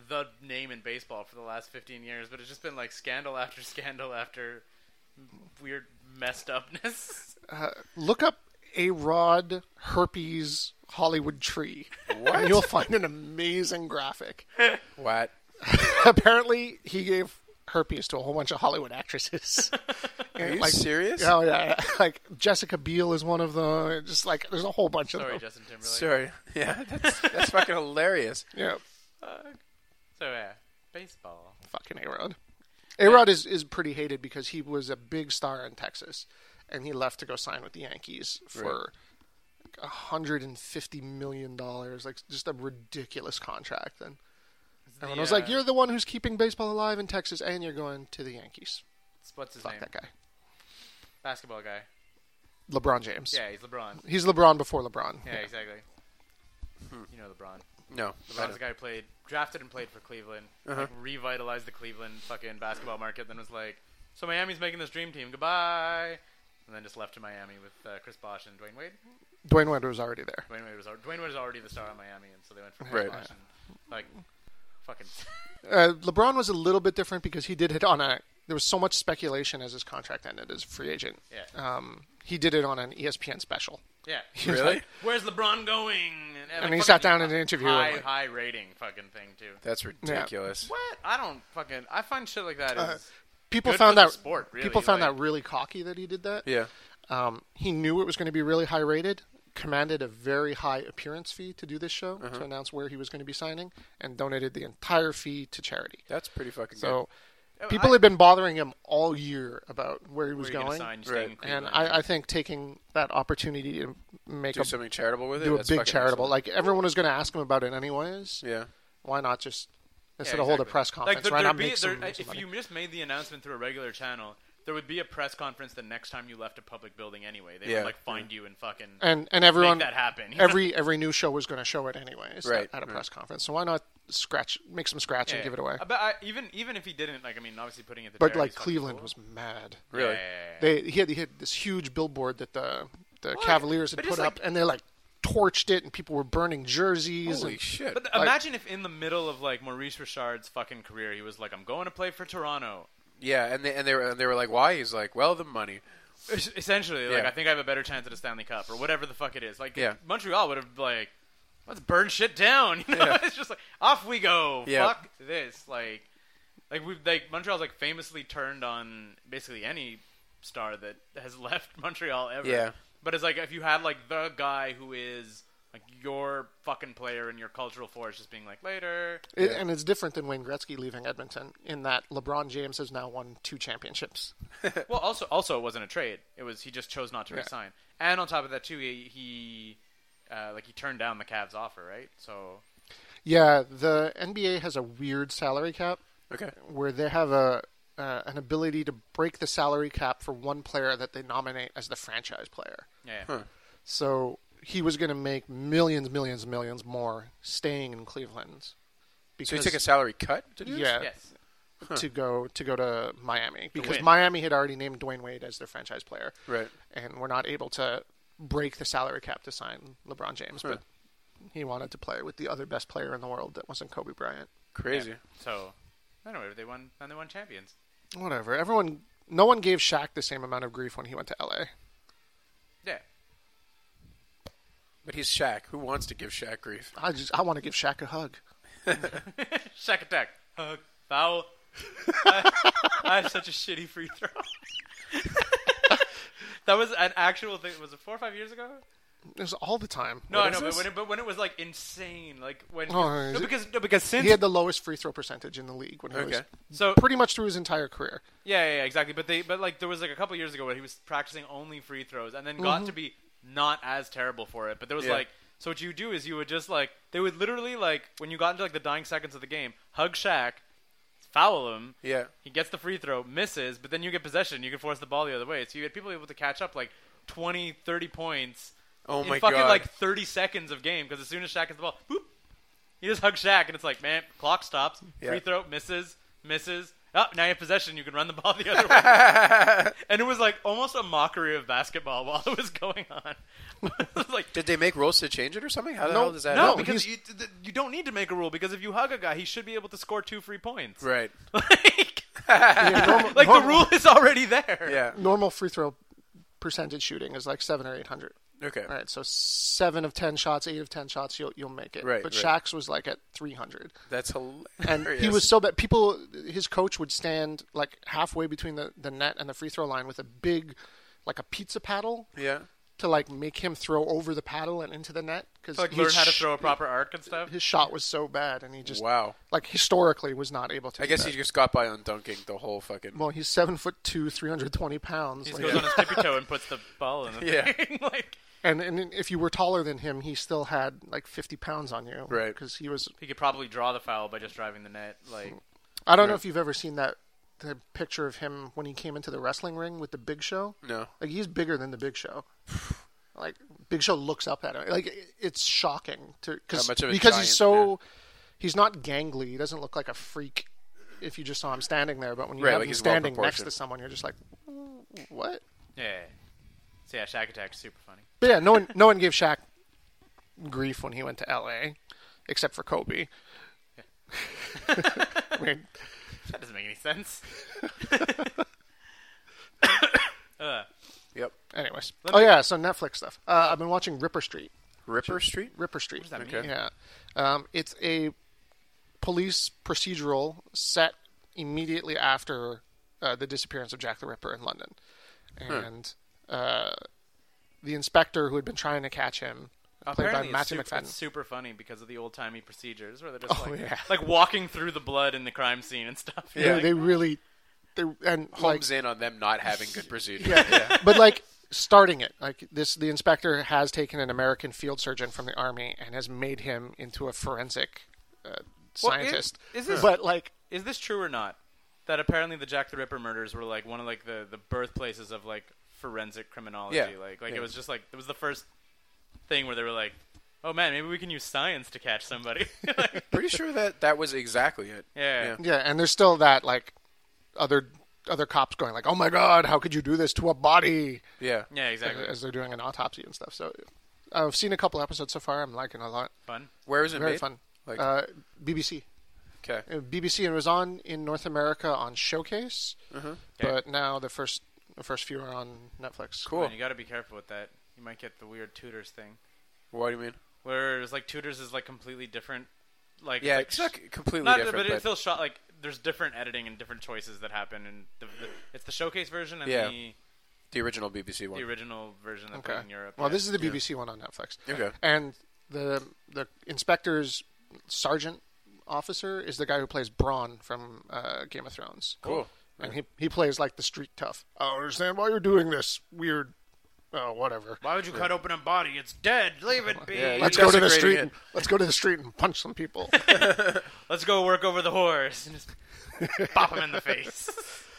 Speaker 2: the name in baseball for the last 15 years, but it's just been like scandal after scandal after weird messed upness. [LAUGHS]
Speaker 1: Look up a Rod herpes Hollywood tree, and you'll find an amazing graphic.
Speaker 3: what?
Speaker 1: [LAUGHS] apparently he gave herpes to a whole bunch of
Speaker 2: [LAUGHS]
Speaker 1: Hollywood actresses.
Speaker 3: Are you serious?
Speaker 1: Oh yeah, yeah. like Jessica Biel is one of them. It's Just like there's a whole bunch of
Speaker 2: Sorry,
Speaker 1: them.
Speaker 2: Justin Timberlake.
Speaker 3: Sorry. [LAUGHS] Yeah. That's that's fucking hilarious.
Speaker 1: Yeah,
Speaker 2: So yeah, baseball.
Speaker 1: fucking Arod. Arod is is pretty hated because he was a big star in Texas, and he left to go sign with the Yankees for. like hundred and fifty million dollars, like just a ridiculous contract. And everyone was
Speaker 2: The,
Speaker 1: like,
Speaker 2: uh,
Speaker 1: "You're the one who's keeping baseball alive in Texas, and you're going to the Yankees."
Speaker 2: What's his
Speaker 1: Fuck
Speaker 2: name?
Speaker 1: that guy,
Speaker 2: Basketball guy.
Speaker 1: LeBron James.
Speaker 2: Yeah, he's LeBron.
Speaker 1: He's LeBron before LeBron.
Speaker 2: Yeah, exactly.
Speaker 1: Hmm.
Speaker 2: You know LeBron.
Speaker 3: No. I
Speaker 2: LeBron's the
Speaker 3: don't-
Speaker 2: guy who played, drafted and played for Cleveland,
Speaker 1: Uh-huh.
Speaker 2: like, revitalized the Cleveland fucking basketball market, then was like, so Miami's making this dream team, goodbye. And then just left to Miami with uh, Chris Bosh and Dwayne Wade.
Speaker 1: Dwayne Wade was already there.
Speaker 2: Dwayne Wade was al- Dwayne Wade was already the star on Miami, and so they went for Chris
Speaker 3: Right.
Speaker 2: Bosh and like fucking [LAUGHS]
Speaker 1: Uh, LeBron was a little bit different because he did hit on a. There was so much speculation as his contract ended as a free agent.
Speaker 2: Yeah.
Speaker 1: Um, he did it on an ESPN special. [LAUGHS]
Speaker 2: yeah.
Speaker 1: He was
Speaker 3: Really?
Speaker 1: like-
Speaker 2: Where's LeBron going? And,
Speaker 1: And he
Speaker 2: fucking
Speaker 1: sat down in an interview and,
Speaker 2: High
Speaker 1: like-
Speaker 2: high rating fucking thing too.
Speaker 3: That's ridiculous.
Speaker 2: What? I don't fucking. I find shit like
Speaker 1: Uh-huh.
Speaker 2: that is.
Speaker 1: people
Speaker 2: Good
Speaker 1: found
Speaker 2: for the
Speaker 1: that
Speaker 2: sport, really,
Speaker 1: people found
Speaker 2: like-
Speaker 1: that really cocky that he did that.
Speaker 3: Yeah.
Speaker 1: Um, he knew it was going to be really high rated, commanded a very high appearance fee to do this show
Speaker 3: Uh-huh.
Speaker 1: to announce where he was going to be signing, and donated the entire fee to charity.
Speaker 3: That's pretty fucking
Speaker 1: So
Speaker 2: Oh,
Speaker 1: people
Speaker 2: I-
Speaker 1: had been bothering him all year about where he was
Speaker 2: where you gonna
Speaker 1: going.
Speaker 2: sign, you stay in
Speaker 3: Right.
Speaker 2: Cleveland.
Speaker 1: and I, I think taking that opportunity to make
Speaker 3: good. Do
Speaker 1: a
Speaker 3: something charitable with it.
Speaker 1: do a
Speaker 3: That's
Speaker 1: big
Speaker 3: fucking
Speaker 1: charitable, like everyone was going to ask him about it anyways.
Speaker 3: awesome. Yeah.
Speaker 1: Why not just instead
Speaker 2: Yeah,
Speaker 1: of hold a
Speaker 2: exactly.
Speaker 1: press
Speaker 2: Like,
Speaker 1: conference,
Speaker 2: there-
Speaker 1: why
Speaker 2: there'd
Speaker 1: not
Speaker 2: be-
Speaker 1: make some,
Speaker 2: there-
Speaker 1: some
Speaker 2: If
Speaker 1: money?
Speaker 2: you just made the announcement through a regular channel, there would be a press conference the next time you left a public building anyway. They
Speaker 3: Yeah.
Speaker 2: would like find you and fucking
Speaker 1: and and everyone
Speaker 2: make that happen. you know?
Speaker 1: every every new show was going to show it anyways
Speaker 3: Right,
Speaker 1: at, at a
Speaker 3: right.
Speaker 1: press conference. So why not scratch, make some scratch
Speaker 2: Yeah,
Speaker 1: and give it
Speaker 2: yeah.
Speaker 1: away?
Speaker 2: Uh, But I, even even if he didn't, like I mean, obviously putting it.
Speaker 1: But like Cleveland was mad.
Speaker 3: Really.
Speaker 2: Yeah, yeah, yeah.
Speaker 1: They he had, he had this huge billboard that the the Cavaliers had
Speaker 2: But
Speaker 1: put
Speaker 2: just,
Speaker 1: up,
Speaker 2: like-
Speaker 1: and they're like. torched it, and people were burning jerseys.
Speaker 3: Holy
Speaker 1: and,
Speaker 3: shit!
Speaker 2: But imagine if in the middle of like Maurice Richard's fucking career, he was like, "I'm going to play for Toronto."
Speaker 3: yeah, and they and they were and they were like, "Why?" He's like, "Well, the money."
Speaker 2: Es- Essentially, like
Speaker 3: Yeah.
Speaker 2: I think I have a better chance at a Stanley Cup or whatever the fuck it is. Like
Speaker 3: Yeah.
Speaker 2: Montreal would have like, let's burn shit down. [LAUGHS] You know,
Speaker 3: Yeah.
Speaker 2: it's just like off we go.
Speaker 3: Yeah.
Speaker 2: Fuck this. Like, like we like Montreal's like famously turned on basically any star that has [LAUGHS] left Montreal ever.
Speaker 3: Yeah.
Speaker 2: But it's like if you had like the guy who is like your fucking player and your cultural force just being like later.
Speaker 1: it,
Speaker 3: Yeah.
Speaker 1: and it's different than Wayne Gretzky leaving Edmonton in that LeBron James has now won two championships.
Speaker 2: Well, also, also it wasn't a trade. It was he just chose not to resign. And on top of that, too, he, he uh, like he turned down the Cavs offer, right? So
Speaker 1: Yeah, the NBA has a weird salary cap
Speaker 3: Okay.
Speaker 1: where they have a uh, an ability to break the salary cap for one player that they nominate as the franchise player.
Speaker 2: yeah, yeah.
Speaker 1: So he was going to make millions, millions, millions more staying in Cleveland. Because,
Speaker 3: So he took a salary cut to do this?
Speaker 1: yeah
Speaker 2: yes,
Speaker 1: to go to go to Miami because
Speaker 2: win.
Speaker 1: Miami had already named Dwayne Wade as their franchise player,
Speaker 3: Right.
Speaker 1: And we're not able to break the salary cap to sign LeBron James, but he wanted to play with the other best player in the world that wasn't Kobe Bryant.
Speaker 3: Crazy.
Speaker 2: So anyway, they won and they won champions.
Speaker 1: Whatever. Everyone, no one gave Shaq the same amount of grief when he went to LA.
Speaker 2: Yeah, [LAUGHS]
Speaker 3: But he's Shaq. Who wants to give Shaq grief?
Speaker 1: I just I want to give Shaq a hug.
Speaker 2: Shack attack, hug, foul. I, I have such a shitty free throw. [LAUGHS] that was an actual thing. Was it four or five years ago?
Speaker 1: It was all the time.
Speaker 2: No, I
Speaker 3: is
Speaker 2: know, but
Speaker 3: this?
Speaker 2: when, it, but when it was like insane, like when
Speaker 1: Oh, is
Speaker 2: no,
Speaker 1: it-
Speaker 2: because no, because since
Speaker 1: He had the lowest free throw percentage in the league when he was
Speaker 3: Okay.
Speaker 2: so
Speaker 1: pretty much through his entire career.
Speaker 2: Yeah, yeah, yeah, exactly. But they, but like there was like a couple years ago where he was practicing only free throws, and then got to be not as terrible for it. But there was
Speaker 3: Yeah.
Speaker 2: like, so what you do is you would just like they would literally like when you got into like the dying seconds of the game, hug Shaq, foul him.
Speaker 3: Yeah.
Speaker 2: He gets the free throw, misses, but then you get possession. You can force the ball the other way. So you had people able to catch up like 20, 30 points.
Speaker 3: Oh
Speaker 2: in
Speaker 3: my
Speaker 2: fucking
Speaker 3: God.
Speaker 2: like 30 seconds of game because as soon as Shaq gets the ball, boop, you just hug Shaq and it's like, man, clock stops, free
Speaker 3: Yeah.
Speaker 2: throw, misses, misses. Oh, now you have possession. You can run the ball the other way.
Speaker 3: [LAUGHS]
Speaker 2: and it was like almost a mockery of basketball [LAUGHS] while it was going on. [LAUGHS] It was like,
Speaker 3: Did they make rules to change it or something? How the
Speaker 1: No,
Speaker 3: hell does that
Speaker 2: no,
Speaker 1: no,
Speaker 3: happen?
Speaker 2: because
Speaker 1: he's-
Speaker 2: you, th- th- you don't need to make a rule because if you hug a guy, he should be able to score two free points.
Speaker 3: [LAUGHS] Right.
Speaker 2: [LAUGHS] Like,
Speaker 1: normal-
Speaker 2: [LAUGHS] like the
Speaker 1: normal-
Speaker 2: rule is already there.
Speaker 3: Yeah.
Speaker 1: Normal free throw percentage shooting is like seven or eight hundred.
Speaker 3: Okay.
Speaker 1: All right, so seven of ten shots, eight of ten shots, you'll you'll make it.
Speaker 3: Right,
Speaker 1: but
Speaker 3: right.
Speaker 1: Shaq's was like at three hundred,
Speaker 3: That's hilarious.
Speaker 1: and he was so bad. People, his coach would stand like halfway between the the net and the free throw line with a big, like a pizza paddle,
Speaker 3: Yeah.
Speaker 1: to like make him throw over the paddle and into the net because
Speaker 2: To, like learn how to throw a proper arc and stuff.
Speaker 1: His shot was so bad, and he just
Speaker 3: Wow.
Speaker 1: like historically was not able to.
Speaker 3: I
Speaker 1: do
Speaker 3: guess
Speaker 1: that.
Speaker 3: he just got by on dunking the whole fucking.
Speaker 1: Well, he's seven foot two, three hundred twenty pounds.
Speaker 2: He
Speaker 1: like-
Speaker 2: just goes on his tippy toe and puts
Speaker 1: [LAUGHS]
Speaker 2: the ball in the
Speaker 3: Yeah.
Speaker 2: thing. [LAUGHS] like
Speaker 1: and and if you were taller than him, he still had like fifty pounds on you,
Speaker 3: Right.
Speaker 1: Because he was.
Speaker 2: he could probably draw the foul by just driving the net. Like
Speaker 1: I don't know if you've ever seen that the picture of him when he came into the wrestling ring with the Big Show.
Speaker 3: No.
Speaker 1: Like he's bigger than the Big
Speaker 3: [SIGHS]
Speaker 1: Show. Like Big Show looks up at him. Like it- it's shocking to cause,
Speaker 3: How much of a
Speaker 1: because
Speaker 3: giant,
Speaker 1: he's so he's not gangly. He doesn't look like a freak if you just saw him standing there. But when you
Speaker 3: Right,
Speaker 1: have
Speaker 3: like
Speaker 1: him
Speaker 3: he's well
Speaker 1: standing next
Speaker 3: proportioned.
Speaker 1: to someone, you're just like, what?
Speaker 2: yeah. So yeah, Shack Attack's super funny. [LAUGHS]
Speaker 1: But yeah, no one no one gave Shaq grief when he went to LA, except for Kobe. [LAUGHS] I mean,
Speaker 2: That doesn't make any sense.
Speaker 3: Yep.
Speaker 1: anyways, oh yeah, so Netflix stuff. Uh, I've been watching Ripper Street.
Speaker 3: Ripper Street.
Speaker 1: Ripper Street. What
Speaker 2: does that mean? Okay.
Speaker 1: Yeah, um, it's a police procedural set immediately after uh, the disappearance of Jack the Ripper in London, and uh, the inspector who had been trying to catch him, played by
Speaker 2: Apparently, it's
Speaker 1: Matthew
Speaker 2: super,
Speaker 1: McFadden.
Speaker 2: it's super funny because of the old timey procedures where they're just
Speaker 1: Oh,
Speaker 2: like,
Speaker 1: yeah.
Speaker 2: like walking through the blood in the crime scene and stuff.
Speaker 1: They-
Speaker 2: Like,
Speaker 1: they really, they and like,
Speaker 3: Homes in on them not having
Speaker 1: [LAUGHS]
Speaker 3: good procedure. [LAUGHS]
Speaker 1: yeah. But like starting it, like this, the inspector has taken an American field surgeon from the army and has made him into a forensic uh,
Speaker 2: Well, it-
Speaker 1: scientist.
Speaker 2: is this-
Speaker 1: but like,
Speaker 2: is this true or not? That apparently the Jack the Ripper murders were like one of like the, the birthplaces of like forensic criminology.
Speaker 3: Yeah.
Speaker 2: Like like
Speaker 3: Yeah.
Speaker 2: it was just like it was the first thing where they were like, oh man, maybe we can use science to catch
Speaker 3: [LAUGHS]
Speaker 2: somebody. [LAUGHS] Like,
Speaker 3: Pretty sure that that was exactly it.
Speaker 2: Yeah.
Speaker 1: yeah, and there's still that like other other cops going like, "Oh my god, how could you do this to a body?"
Speaker 3: Yeah.
Speaker 2: yeah, exactly.
Speaker 3: [LAUGHS]
Speaker 1: As they're doing an autopsy and stuff. So I've seen a couple episodes so far. I'm liking it a lot.
Speaker 2: Fun.
Speaker 3: Where is it
Speaker 1: Very
Speaker 3: made?
Speaker 1: fun.
Speaker 3: Like,
Speaker 1: uh, BBC.
Speaker 3: okay.
Speaker 1: Uh, BBC and it was on in North America on Showcase, but now the first the first few are on Netflix.
Speaker 3: Cool.
Speaker 2: Man, you got to be careful with that. You might get the weird tutors thing,
Speaker 3: What do you mean?
Speaker 2: where it's like tutors is like completely different. Like
Speaker 3: Yeah,
Speaker 2: like,
Speaker 3: it's not completely
Speaker 2: not,
Speaker 3: different.
Speaker 2: but
Speaker 3: but
Speaker 2: it's still shot like there's different editing and different choices that happen, and the, the, it's the showcase version and
Speaker 3: Yeah.
Speaker 2: the,
Speaker 3: the original BBC
Speaker 2: the
Speaker 3: one.
Speaker 2: original version that
Speaker 1: Okay.
Speaker 2: played in Europe.
Speaker 1: Well,
Speaker 2: yeah.
Speaker 1: this is the BBC one on Netflix.
Speaker 3: Okay.
Speaker 1: And the the inspector's sergeant officer is the guy who plays Braun from uh, Game of Thrones.
Speaker 3: Cool.
Speaker 1: And he he plays like the street tough. I don't understand why you're doing this weird. Oh, whatever.
Speaker 2: Why would you cut open a body? It's dead. Leave
Speaker 3: [LAUGHS]
Speaker 2: it be.
Speaker 3: Yeah, you-
Speaker 1: Let's go to the street.
Speaker 3: desecrating it.
Speaker 1: And, let's go to the street and punch some
Speaker 3: [LAUGHS]
Speaker 1: people.
Speaker 2: Let's go work over the horse and [LAUGHS] just pop him in the face. [LAUGHS]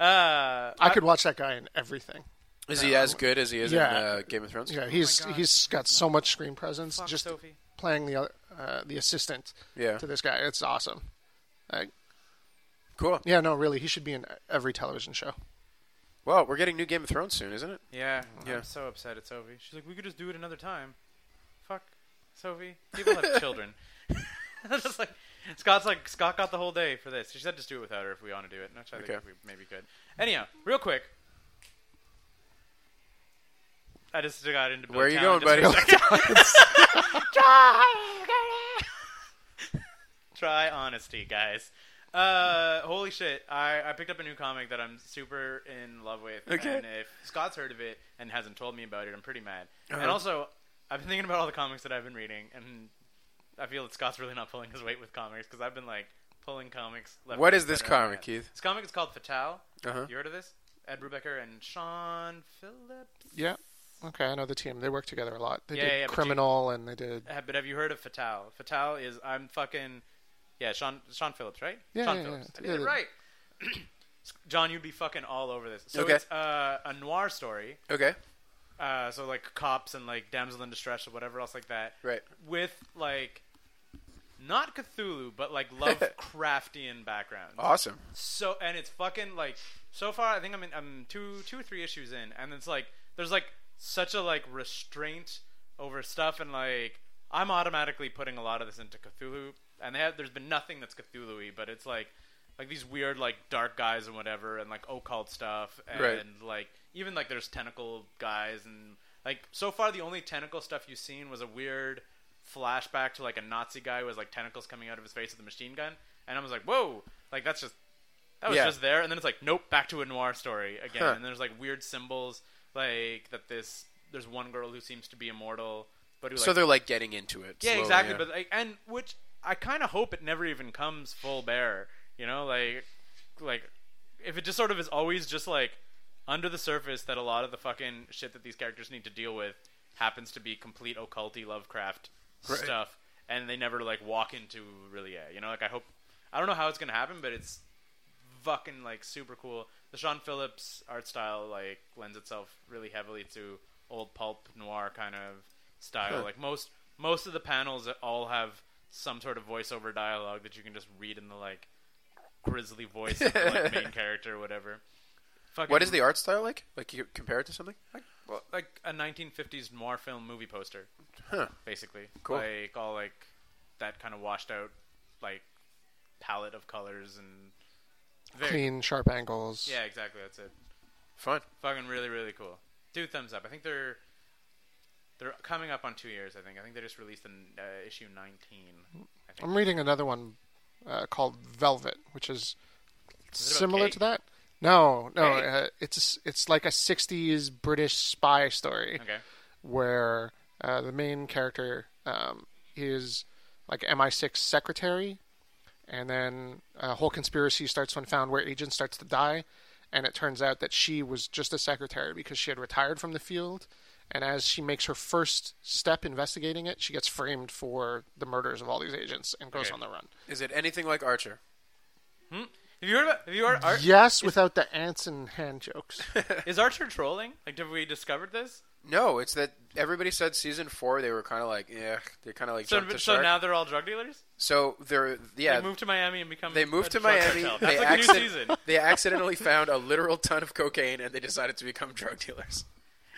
Speaker 2: Uh,
Speaker 1: I could watch that guy in everything.
Speaker 3: Is he as good as he is
Speaker 1: Yeah.
Speaker 3: in uh, Game of Thrones?
Speaker 1: Yeah, he's
Speaker 2: God.
Speaker 1: he's got so much screen presence.
Speaker 2: Fuck
Speaker 1: just
Speaker 2: Sophie.
Speaker 1: playing the other- uh, the assistant
Speaker 3: Yeah.
Speaker 1: to this guy, it's awesome. Like,
Speaker 3: Cool.
Speaker 1: yeah, no, really, he should be in every television show.
Speaker 3: Well, we're getting new Game of Thrones soon, isn't it?
Speaker 2: yeah,
Speaker 3: Yeah.
Speaker 2: I'm so upset at Sophie. She's like, we could just do it another time. Fuck, Sophie. People [LAUGHS] have children. Just like Scott's like Scott got the whole day for this. She said just do it without her if we want to do it, which I think
Speaker 3: Okay.
Speaker 2: we maybe could. Anyhow, real quick. I just got into Bill
Speaker 3: Where are you
Speaker 2: Town
Speaker 3: going,
Speaker 2: just for a
Speaker 3: buddy?
Speaker 2: second.
Speaker 3: [LAUGHS]
Speaker 2: [LAUGHS] Try honesty, guys. Uh, holy shit! I, I picked up a new comic that I'm super in love with,
Speaker 3: Okay.
Speaker 2: and if Scott's heard of it and hasn't told me about it, I'm pretty mad. And
Speaker 3: Uh-huh.
Speaker 2: also, I've been thinking about all the comics that I've been reading, and I feel that Scott's really not pulling his weight with comics because I've been like pulling comics. Left
Speaker 3: What
Speaker 2: and
Speaker 3: is this
Speaker 2: center on
Speaker 3: comic,
Speaker 2: that.
Speaker 3: Keith?
Speaker 2: This comic is called Fatale.
Speaker 3: Uh-huh.
Speaker 2: You heard of this? Ed Brubaker and Sean Phillips.
Speaker 1: Yeah. Okay, I know the team. They work together a lot. They
Speaker 2: Yeah,
Speaker 1: did
Speaker 2: yeah, yeah, but
Speaker 1: Criminal and they did.
Speaker 2: Uh, But have you heard of Fatale? Fatale is I'm fucking yeah, Sean Sean Phillips, right?
Speaker 1: Yeah,
Speaker 2: Sean
Speaker 1: yeah,
Speaker 2: Phillips.
Speaker 1: yeah.
Speaker 2: I did
Speaker 1: Yeah,
Speaker 2: it
Speaker 1: yeah.
Speaker 2: right. [CLEARS THROAT] John, you'd be fucking all over this. So
Speaker 3: Okay.
Speaker 2: it's uh, a noir story.
Speaker 3: Okay.
Speaker 2: Uh, so like cops and like damsel in distress or whatever else like that.
Speaker 3: Right.
Speaker 2: With like not Cthulhu, but
Speaker 1: [LAUGHS]
Speaker 2: like Lovecraftian backgrounds.
Speaker 3: Awesome.
Speaker 2: So and it's fucking like so far I think I'm in I'm two two or three issues in and it's like there's like such a like restraint over stuff and like I'm automatically putting a lot of this into Cthulhu and they have there's been nothing that's Cthulhu-y, but it's like like these weird like dark guys and whatever and like occult stuff and
Speaker 3: Right.
Speaker 2: like even like there's tentacle guys and like so far the only tentacle stuff you've seen was a weird flashback to like a Nazi guy who has like tentacles coming out of his face with a machine gun and I was like whoa like that's just that was
Speaker 3: Yeah.
Speaker 2: just there, and then it's like, nope, back to a noir story again.
Speaker 3: Huh.
Speaker 2: And there's like weird symbols, like that. This there's one girl who seems to be immortal, but who like
Speaker 3: so they're like getting into it.
Speaker 2: yeah,
Speaker 3: slowly,
Speaker 2: exactly.
Speaker 3: yeah.
Speaker 2: But like, and which I kind of hope it never even comes full bear. You know, like like if it just sort of is always just like under the surface that a lot of the fucking shit that these characters need to deal with happens to be complete occulty Lovecraft
Speaker 3: Right.
Speaker 2: stuff, and they never like walk into really. Yeah, you know, like I hope I don't know how it's gonna happen, but it's fucking like super cool. The Sean Phillips art style like lends itself really heavily to old pulp noir kind of style.
Speaker 3: Huh.
Speaker 2: Like most most of the panels all have some sort of voiceover dialogue that you can just read in the like grisly voice of the
Speaker 3: [LAUGHS]
Speaker 2: like, main character or whatever. Fucking,
Speaker 3: what is the art style like? Like you compare it to something?
Speaker 2: like a 1950s noir film movie poster?
Speaker 3: Huh.
Speaker 2: basically.
Speaker 3: Cool.
Speaker 2: Like all like that kind of washed out like palette of colors and very-
Speaker 1: Clean, sharp angles.
Speaker 2: Yeah, exactly. That's it.
Speaker 3: Fun.
Speaker 2: Fucking really, really cool. Two thumbs up. I think they're they're coming up on two years. I think. I think they just released an uh, issue nineteen. I think.
Speaker 1: I'm reading another one uh, called Velvet, which is,
Speaker 2: it about
Speaker 1: similar
Speaker 2: cake?
Speaker 1: to that. No, no,
Speaker 2: Cake?
Speaker 1: uh, it's it's like a '60s British spy story.
Speaker 2: Okay.
Speaker 1: where uh, the main character um, is like MI6 secretary, and then a whole conspiracy starts to unfound where agent starts to die, and it turns out that she was just a secretary because she had retired from the field, and as she makes her first step investigating it, she gets framed for the murders of all these agents and goes
Speaker 2: Okay.
Speaker 1: on the run.
Speaker 3: Is it anything like Archer?
Speaker 2: Have you heard about? Have you heard? Ar-
Speaker 1: Yes, without the ants and hand
Speaker 3: [LAUGHS]
Speaker 1: jokes.
Speaker 2: Is Archer trolling? Like, have we discovered this?
Speaker 3: No, it's that everybody said season four they were kind of like yeah they kind of like
Speaker 2: So,
Speaker 3: jumped the
Speaker 2: so
Speaker 3: shark.
Speaker 2: now they're all drug dealers.
Speaker 3: so they're yeah
Speaker 2: they move to Miami and become.
Speaker 3: They
Speaker 2: a
Speaker 3: moved to
Speaker 2: drug
Speaker 3: Miami.
Speaker 2: cartel.
Speaker 3: They,
Speaker 2: That's like a
Speaker 3: acci-
Speaker 2: new season.
Speaker 3: they accidentally found [LAUGHS] a literal ton of cocaine, and they decided to become drug dealers.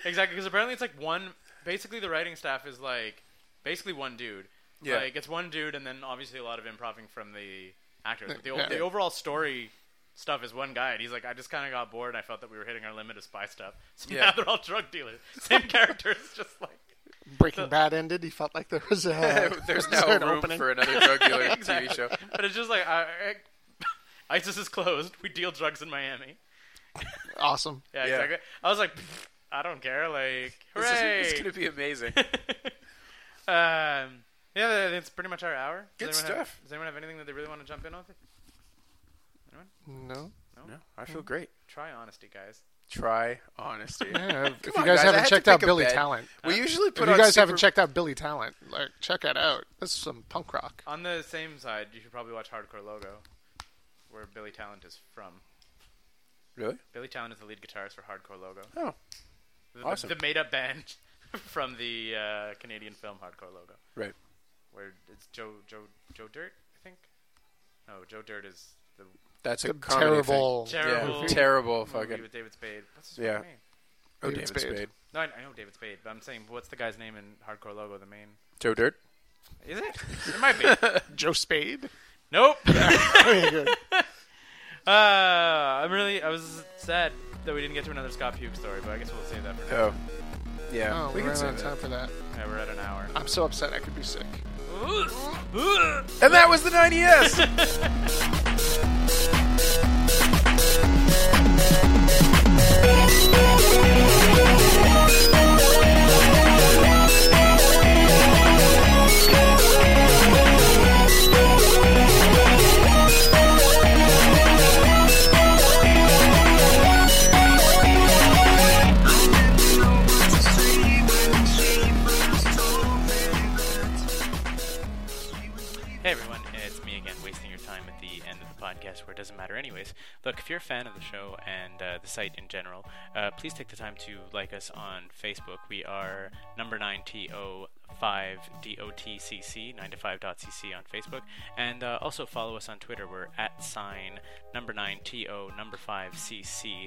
Speaker 2: Exactly, because apparently it's like one
Speaker 4: basically the writing staff is like basically one dude.
Speaker 3: Yeah.
Speaker 4: Like it's one dude, and then obviously a lot of improving from the actors. But the, o
Speaker 1: Yeah.
Speaker 4: the overall story stuff is one guy, and he's like, I just kind of got bored. and I felt that we were hitting our limit of spy stuff, [LAUGHS] so
Speaker 3: Yeah.
Speaker 4: now they're all drug dealers. Same characters, just like
Speaker 1: Breaking Bad ended. He felt like there was a
Speaker 3: [LAUGHS]
Speaker 1: [LAUGHS] was
Speaker 3: There's no
Speaker 1: there an
Speaker 3: room
Speaker 1: opening.
Speaker 3: for another [LAUGHS]
Speaker 4: [LAUGHS]
Speaker 3: drug dealer
Speaker 2: [LAUGHS]
Speaker 4: Exactly.
Speaker 3: TV show.
Speaker 4: But it's just like I, [LAUGHS] I- ISIS is closed. We deal drugs in Miami.
Speaker 1: awesome.
Speaker 4: Yeah,
Speaker 3: Yeah.
Speaker 4: exactly. I was like, "Pfft, I don't care. Like,
Speaker 3: This is-
Speaker 4: hooray!
Speaker 3: It's going to be amazing.
Speaker 4: [LAUGHS] um, yeah, that's pretty much our hour.
Speaker 3: Good
Speaker 4: Does anyone have-
Speaker 3: stuff.
Speaker 4: does anyone have anything that they really want to jump in on?
Speaker 1: No.
Speaker 3: [LAUGHS] No, I feel great.
Speaker 4: Try honesty, guys.
Speaker 3: Try honesty.
Speaker 1: Yeah, if- if
Speaker 3: Come
Speaker 1: you
Speaker 3: on,
Speaker 1: guys,
Speaker 3: I had
Speaker 1: haven't
Speaker 3: to
Speaker 1: checked out
Speaker 3: pick a
Speaker 1: Billy
Speaker 3: bed.
Speaker 1: Talent, Uh,
Speaker 3: We usually
Speaker 1: if
Speaker 3: put
Speaker 1: you
Speaker 3: on
Speaker 1: guys
Speaker 3: super-
Speaker 1: haven't checked out Billy Talent, like check it out. That's some punk rock.
Speaker 4: On the same side, you should probably watch Hardcore Logo, where Billy Talent is from.
Speaker 3: Really?
Speaker 4: Billy Talent is the lead guitarist for Hardcore Logo.
Speaker 3: Oh.
Speaker 4: The,
Speaker 3: Awesome.
Speaker 4: the made-up band [LAUGHS] from the uh, Canadian film Hardcore Logo.
Speaker 3: Right.
Speaker 4: where it's Joe Joe Joe Dirt, I think. No, Joe Dirt is the
Speaker 3: That's a
Speaker 1: The
Speaker 3: comedy thing.
Speaker 1: terrible.
Speaker 4: terrible,
Speaker 3: Yeah. Terrible
Speaker 4: movie
Speaker 3: fucking.
Speaker 4: with David Spade. What's his
Speaker 3: Yeah.
Speaker 4: fucking name?
Speaker 3: Oh,
Speaker 1: David
Speaker 3: David
Speaker 1: Spade.
Speaker 3: Spade.
Speaker 4: No, I, I know David Spade, but I'm saying what's the guy's name in Hardcore Logo? The main
Speaker 3: Joe Dirt.
Speaker 1: [LAUGHS]
Speaker 4: is it? It might
Speaker 3: [LAUGHS]
Speaker 4: be.
Speaker 1: Joe Spade.
Speaker 4: nope.
Speaker 1: Very good.
Speaker 4: [LAUGHS] Uh, I'm really I was sad that we didn't get to another Scott Pugh story, but I guess we'll save that for now.
Speaker 3: Oh. Yeah.
Speaker 1: Oh, we're
Speaker 3: we can
Speaker 1: out
Speaker 3: say
Speaker 1: of
Speaker 3: that.
Speaker 1: time for that.
Speaker 4: Yeah, we're at an hour.
Speaker 1: I'm so upset. I could be sick.
Speaker 3: And that was
Speaker 1: [LAUGHS]
Speaker 3: the 90s.
Speaker 2: Hey everyone, it's me again, wasting your time at the end of the podcast where it doesn't matter, anyways. Look, if you're a fan of the show and uh, the site in general, uh, please take the time to like us on Facebook. We are number 9TO5DOTCC, 9to5.cc on Facebook, and uh, also follow us on Twitter. We're at sign number 9TO number 5CC